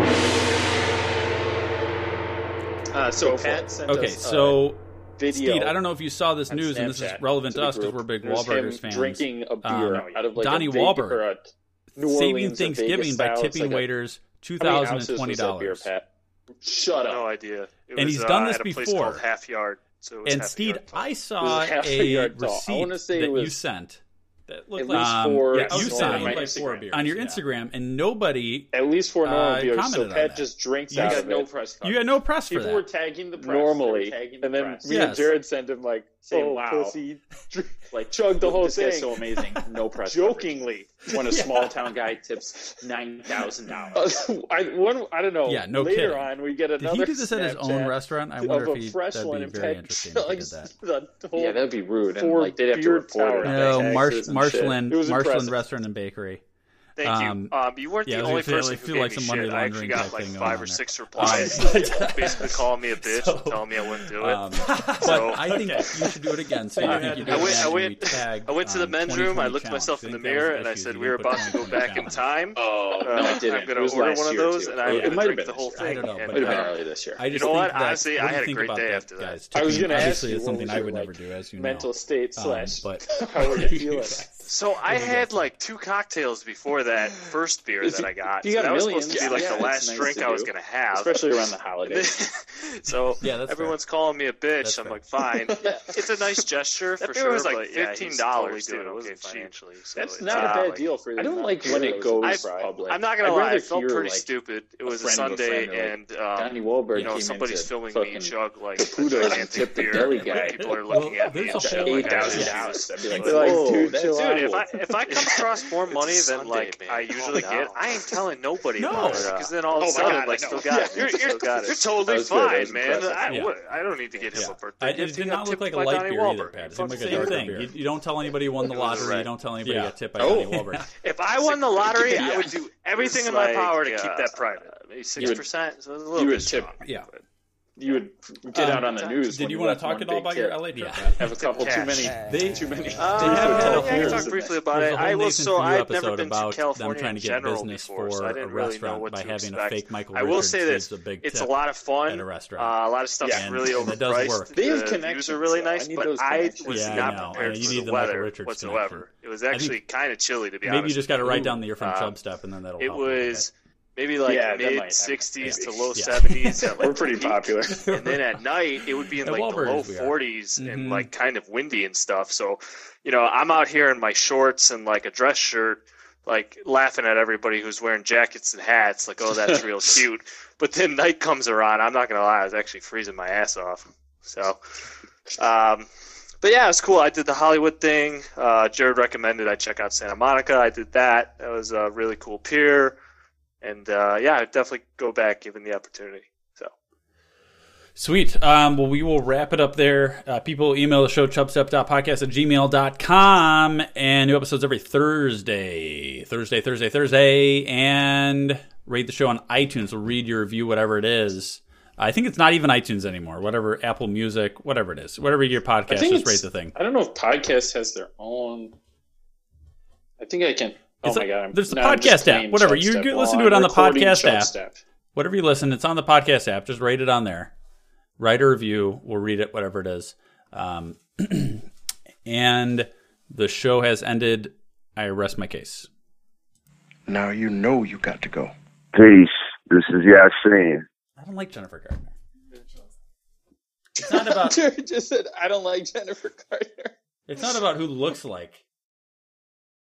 Speaker 9: Uh, so Pat sent
Speaker 8: Okay,
Speaker 9: us, uh,
Speaker 8: so
Speaker 9: video.
Speaker 8: Steed, I don't know if you saw this
Speaker 9: on
Speaker 8: news, and this is
Speaker 9: Snapchat
Speaker 8: relevant
Speaker 9: to
Speaker 8: to
Speaker 9: the
Speaker 8: us because
Speaker 9: group.
Speaker 8: we're big
Speaker 9: There's
Speaker 8: Wahlbergers
Speaker 9: him
Speaker 8: fans.
Speaker 9: Drinking a beer
Speaker 8: Um,
Speaker 9: out of like
Speaker 8: Donnie
Speaker 9: a Vegas-
Speaker 8: Wahlberg
Speaker 9: or a New
Speaker 8: saving
Speaker 9: Orleans or
Speaker 8: Thanksgiving
Speaker 9: Vegas
Speaker 8: by
Speaker 9: house,
Speaker 8: tipping
Speaker 9: like a-
Speaker 8: waiters
Speaker 9: How many ounces was
Speaker 8: $2,020.
Speaker 9: that beer, Pat? Shut up.
Speaker 2: No idea. It
Speaker 8: uh, And
Speaker 2: was,
Speaker 8: he's
Speaker 2: uh,
Speaker 8: done this
Speaker 2: at a place
Speaker 8: before.
Speaker 2: called Half Yard. So it was
Speaker 8: And
Speaker 2: half a
Speaker 8: Steed,
Speaker 2: yard tall.
Speaker 8: I saw
Speaker 2: It was half
Speaker 8: a
Speaker 2: yard tall.
Speaker 8: receipt
Speaker 2: I wanna say it
Speaker 8: that you
Speaker 2: was
Speaker 8: sent
Speaker 2: At
Speaker 9: At
Speaker 2: least
Speaker 9: least
Speaker 8: Um,
Speaker 9: four.
Speaker 8: yeah, you
Speaker 9: normal
Speaker 8: signed
Speaker 9: beer.
Speaker 8: on your Instagram, and nobody
Speaker 9: at least four normal
Speaker 8: uh,
Speaker 9: beers. So
Speaker 8: commented on
Speaker 9: Pat
Speaker 8: that.
Speaker 9: just drinks
Speaker 8: You
Speaker 9: out
Speaker 8: got
Speaker 9: of
Speaker 8: no
Speaker 9: it.
Speaker 8: press You got no press for
Speaker 9: People
Speaker 8: that.
Speaker 9: were tagging the
Speaker 8: press.
Speaker 9: normally,
Speaker 8: They were
Speaker 9: and then me and
Speaker 8: Yes.
Speaker 9: Jared sent him like,
Speaker 8: Say,
Speaker 9: "Oh,
Speaker 8: wow."
Speaker 9: pussy, like chug the whole
Speaker 8: This
Speaker 9: thing."
Speaker 8: guy's so
Speaker 9: amazing, no press. Jokingly, when a small town guy tips nine thousand dollars, Uh, I one, I don't know.
Speaker 8: Yeah, no
Speaker 9: Later
Speaker 8: kidding.
Speaker 9: on, we get
Speaker 8: Did he
Speaker 9: another.
Speaker 8: do this at his own
Speaker 9: Snapchat
Speaker 8: restaurant? I
Speaker 9: of
Speaker 8: wonder
Speaker 9: a
Speaker 8: if he-
Speaker 9: fresh
Speaker 8: that'd
Speaker 9: one
Speaker 8: be
Speaker 9: and
Speaker 8: very
Speaker 9: Pat
Speaker 8: interesting if he did
Speaker 9: chugs
Speaker 8: that.
Speaker 9: the whole
Speaker 8: Yeah, that'd be rude, and,
Speaker 9: four
Speaker 8: like, they'd have to
Speaker 9: beer
Speaker 8: report it.
Speaker 9: tower
Speaker 8: No,
Speaker 9: taxes
Speaker 8: Marsh-
Speaker 9: and shit.
Speaker 8: Marshland-
Speaker 9: It was
Speaker 8: Marshland
Speaker 9: impressive.
Speaker 8: Restaurant and Bakery.
Speaker 2: Thank
Speaker 8: Um,
Speaker 2: you. Um, you weren't
Speaker 8: yeah, I
Speaker 2: the
Speaker 8: was
Speaker 2: only
Speaker 8: gonna say, I
Speaker 2: person
Speaker 8: feel
Speaker 2: who
Speaker 8: like
Speaker 2: gave
Speaker 8: some
Speaker 2: me
Speaker 8: money
Speaker 2: shit. I actually
Speaker 8: laundering
Speaker 2: got
Speaker 8: type
Speaker 2: like
Speaker 8: thing going
Speaker 2: five
Speaker 8: on
Speaker 2: or
Speaker 8: there.
Speaker 2: six replies, basically calling me a bitch and telling me I wouldn't do it.
Speaker 8: Um,
Speaker 2: so
Speaker 8: but I think you should do it again. So I think you do
Speaker 2: I
Speaker 8: it
Speaker 2: went,
Speaker 8: again
Speaker 2: I
Speaker 8: and we
Speaker 2: went,
Speaker 8: tagged,
Speaker 2: I went to the
Speaker 8: um,
Speaker 2: men's room. I
Speaker 8: 2020
Speaker 2: looked
Speaker 8: challenge.
Speaker 2: myself
Speaker 8: I
Speaker 2: in the
Speaker 8: think that was
Speaker 2: mirror
Speaker 8: an
Speaker 2: and I
Speaker 8: issue.
Speaker 2: said
Speaker 8: You
Speaker 2: we were
Speaker 8: put
Speaker 2: about to go
Speaker 8: 2020
Speaker 2: back in time. Uh,
Speaker 9: Oh,
Speaker 8: no, I didn't.
Speaker 2: I'm
Speaker 8: It
Speaker 2: gonna
Speaker 8: was
Speaker 2: order
Speaker 9: last
Speaker 2: one of
Speaker 9: year,
Speaker 2: those
Speaker 9: too.
Speaker 2: and I'm
Speaker 9: It
Speaker 2: gonna
Speaker 9: might have
Speaker 2: drink
Speaker 9: been
Speaker 2: the whole
Speaker 9: this year.
Speaker 2: thing.
Speaker 9: I don't know,
Speaker 2: And,
Speaker 9: but it might
Speaker 2: uh,
Speaker 9: have been early this year.
Speaker 8: I
Speaker 2: you
Speaker 8: just
Speaker 2: know
Speaker 8: think
Speaker 2: what?
Speaker 8: that-
Speaker 2: Honestly,
Speaker 8: what
Speaker 2: I
Speaker 8: do you
Speaker 2: had a
Speaker 8: think
Speaker 2: great
Speaker 8: about
Speaker 2: day
Speaker 8: that,
Speaker 2: after that.
Speaker 8: guys? Tipping, obviously, it's something I would never do, as you know.
Speaker 9: mental state
Speaker 8: Um,
Speaker 9: slash
Speaker 8: but-
Speaker 9: how were you feeling?
Speaker 2: So I had like two cocktails before that first beer
Speaker 9: If
Speaker 2: that
Speaker 9: you-
Speaker 2: I got.
Speaker 9: if you got
Speaker 2: so that was supposed to
Speaker 9: millions,
Speaker 2: be like
Speaker 9: yeah,
Speaker 2: the
Speaker 9: it's
Speaker 2: last
Speaker 9: nice
Speaker 2: drink
Speaker 9: to
Speaker 2: I was
Speaker 9: do.
Speaker 2: gonna have,
Speaker 9: Especially around the holidays.
Speaker 2: so
Speaker 9: Yeah, that's fair.
Speaker 2: everyone's calling me a bitch. I'm like, fine. it's a nice gesture
Speaker 9: That
Speaker 2: for
Speaker 9: beer
Speaker 2: sure.
Speaker 9: was, like,
Speaker 2: but yeah, he's
Speaker 9: $15
Speaker 2: totally
Speaker 9: too.
Speaker 2: doing
Speaker 9: It
Speaker 2: okay
Speaker 9: wasn't cheap.
Speaker 2: financially. So
Speaker 9: That's
Speaker 2: it's
Speaker 9: not a bad deal for.
Speaker 2: I don't like
Speaker 9: when it goes
Speaker 2: I,
Speaker 9: public.
Speaker 2: I'm not gonna
Speaker 9: I'd
Speaker 2: lie.
Speaker 9: rather
Speaker 2: I felt
Speaker 9: hear,
Speaker 2: pretty
Speaker 9: like,
Speaker 2: stupid. It
Speaker 9: a
Speaker 2: was a
Speaker 9: friend of a
Speaker 2: Sunday,
Speaker 9: friend,
Speaker 2: and
Speaker 9: like,
Speaker 2: um,
Speaker 9: Donnie Wahlberg
Speaker 2: you know,
Speaker 9: came
Speaker 2: somebody's
Speaker 9: into
Speaker 2: filming me
Speaker 9: fucking
Speaker 2: chug like
Speaker 9: Caputo's and
Speaker 2: gigantic
Speaker 9: tipped the
Speaker 2: beer.
Speaker 9: deli
Speaker 2: and
Speaker 9: guy.
Speaker 2: People are
Speaker 9: Well,
Speaker 2: looking at me
Speaker 8: Oh,
Speaker 2: and
Speaker 9: there's a
Speaker 2: shit
Speaker 9: whole
Speaker 2: like I was
Speaker 9: bunch of
Speaker 2: just-
Speaker 9: dudes. I'd be like, whoa,
Speaker 2: dude,
Speaker 9: that's
Speaker 2: dude,
Speaker 9: chill
Speaker 2: if I
Speaker 9: out.
Speaker 2: if I come across more money than like I usually get, I ain't telling nobody about it because then all of
Speaker 9: Oh
Speaker 2: a
Speaker 9: my
Speaker 2: sudden
Speaker 9: God, I
Speaker 2: like
Speaker 9: know.
Speaker 2: still got it.
Speaker 9: Yeah,
Speaker 2: You're,
Speaker 9: you're-
Speaker 2: still got it.
Speaker 9: you're
Speaker 2: You're
Speaker 9: totally
Speaker 2: totally
Speaker 9: fine,
Speaker 2: fine,
Speaker 9: man.
Speaker 2: man.
Speaker 9: I-
Speaker 2: I,
Speaker 8: what-
Speaker 2: don't need to get him a birthday
Speaker 8: I, it did not look like a light beer either, Pat. It seemed like a dark beer. You, you don't tell anybody you won the
Speaker 2: It was
Speaker 8: lottery.
Speaker 2: right.
Speaker 8: You don't tell anybody
Speaker 2: Yeah.
Speaker 8: you got tipped by
Speaker 2: Oh.
Speaker 8: Donnie Wahlberg.
Speaker 2: If I won the lottery, I
Speaker 9: Yeah.
Speaker 2: would do everything
Speaker 9: It's
Speaker 2: in my
Speaker 9: like,
Speaker 2: power to
Speaker 9: uh,
Speaker 2: keep that private. Maybe
Speaker 9: you
Speaker 2: six
Speaker 9: would-
Speaker 2: percent. So it was a little
Speaker 9: You
Speaker 2: bit
Speaker 9: would tip
Speaker 2: strong.
Speaker 8: Yeah.
Speaker 9: you would get out on the news.
Speaker 8: Um, Did
Speaker 9: when
Speaker 8: you want
Speaker 9: left
Speaker 8: to talk
Speaker 9: one
Speaker 8: at all
Speaker 9: big
Speaker 8: about
Speaker 9: tip.
Speaker 8: your LA trip?
Speaker 9: Have a couple too many.
Speaker 8: They
Speaker 9: too many.
Speaker 2: Uh,
Speaker 8: They have
Speaker 2: yeah,
Speaker 8: a
Speaker 2: I can
Speaker 8: few.
Speaker 2: talk briefly about
Speaker 8: There's
Speaker 2: it.
Speaker 8: a whole
Speaker 2: I will.
Speaker 8: Nathan
Speaker 2: So
Speaker 8: Fielder
Speaker 2: I've
Speaker 8: episode
Speaker 2: never been to
Speaker 8: about
Speaker 2: California
Speaker 8: them trying to
Speaker 2: in
Speaker 8: get
Speaker 2: general
Speaker 8: business
Speaker 2: before,
Speaker 8: for
Speaker 2: so I didn't
Speaker 8: a
Speaker 2: really
Speaker 8: restaurant
Speaker 2: know what
Speaker 8: by
Speaker 2: to
Speaker 8: having a
Speaker 2: expect.
Speaker 8: fake Michael
Speaker 2: I will
Speaker 8: Richards
Speaker 2: say this:
Speaker 8: is a big
Speaker 2: it's a
Speaker 8: tip
Speaker 2: lot of fun
Speaker 8: at a restaurant.
Speaker 2: Uh, a lot of stuff's
Speaker 8: And-
Speaker 2: really
Speaker 8: and it does work.
Speaker 2: overpriced.
Speaker 8: They have
Speaker 2: the
Speaker 8: connections,
Speaker 2: views are really
Speaker 8: though. I
Speaker 2: nice,
Speaker 8: need
Speaker 2: but
Speaker 8: those
Speaker 2: I
Speaker 8: connections.
Speaker 2: was
Speaker 8: Yeah, I
Speaker 2: not
Speaker 8: know.
Speaker 2: prepared
Speaker 8: You
Speaker 2: for
Speaker 8: need
Speaker 2: the
Speaker 8: the Michael
Speaker 2: weather
Speaker 8: Richards
Speaker 2: whatsoever.
Speaker 8: connection.
Speaker 2: It was
Speaker 8: I think-
Speaker 2: actually kind of chilly, to be
Speaker 8: Maybe
Speaker 2: honest.
Speaker 8: you just got to write
Speaker 2: Ooh.
Speaker 8: down that you're from
Speaker 2: Uh,
Speaker 8: Chubstep, and then that'll
Speaker 2: It
Speaker 8: help.
Speaker 2: was maybe like
Speaker 8: Yeah, that might
Speaker 2: mid
Speaker 8: help.
Speaker 2: 60s to
Speaker 8: Yeah.
Speaker 2: low
Speaker 8: Yeah.
Speaker 2: 70s. at, like,
Speaker 9: We're pretty
Speaker 2: the peak.
Speaker 9: popular.
Speaker 2: And then at night, it would be in
Speaker 9: At
Speaker 2: like the
Speaker 9: Wahlburgers
Speaker 2: low
Speaker 9: we are.
Speaker 2: 40s
Speaker 9: Mhm.
Speaker 2: and like kind of windy and stuff. So, you know, I'm out here in my shorts and like a dress shirt, like laughing at everybody who's wearing jackets and hats. Like, oh, that's real cute. But then night comes around. I'm not going to lie. I was actually freezing my ass off. So, um, but yeah, it was cool. I did the Hollywood thing. Uh, Jared recommended I check out Santa Monica. I did that. That was a really cool pier. And uh, yeah, I'd definitely go back given the opportunity. So
Speaker 8: Sweet. Um, well, we will wrap it up there. Uh, people email the show, chubstep.podcast at gmail.com. And new episodes every Thursday, Thursday, Thursday, Thursday. And rate the show on iTunes. We'll read your review, whatever it is. I think it's not even iTunes anymore. Whatever, Apple Music, whatever it is. Whatever your podcast, just
Speaker 9: it's-
Speaker 8: rate the thing.
Speaker 9: I don't know if podcast has their own. I think I can. Oh
Speaker 8: It's
Speaker 9: my
Speaker 8: a-
Speaker 9: god! I'm,
Speaker 8: there's the
Speaker 9: now I'm just
Speaker 8: podcast app.
Speaker 9: playing
Speaker 8: Whatever you
Speaker 9: Chubstep
Speaker 8: could
Speaker 9: while
Speaker 8: listen to
Speaker 9: I'm
Speaker 8: it on the
Speaker 9: recording
Speaker 8: podcast
Speaker 9: Chubstep.
Speaker 8: app. Whatever you listen, it's on the podcast app. Just rate it on there. Write a review. We'll read it. Whatever it is. Um, and the show has ended. I rest my case.
Speaker 13: Now you know you got to go.
Speaker 17: Peace. This is Yasin.
Speaker 8: I don't like Jennifer Gardner.
Speaker 9: It's not about. Jared just said, "I don't like Jennifer Carter."
Speaker 8: It's not about who looks like.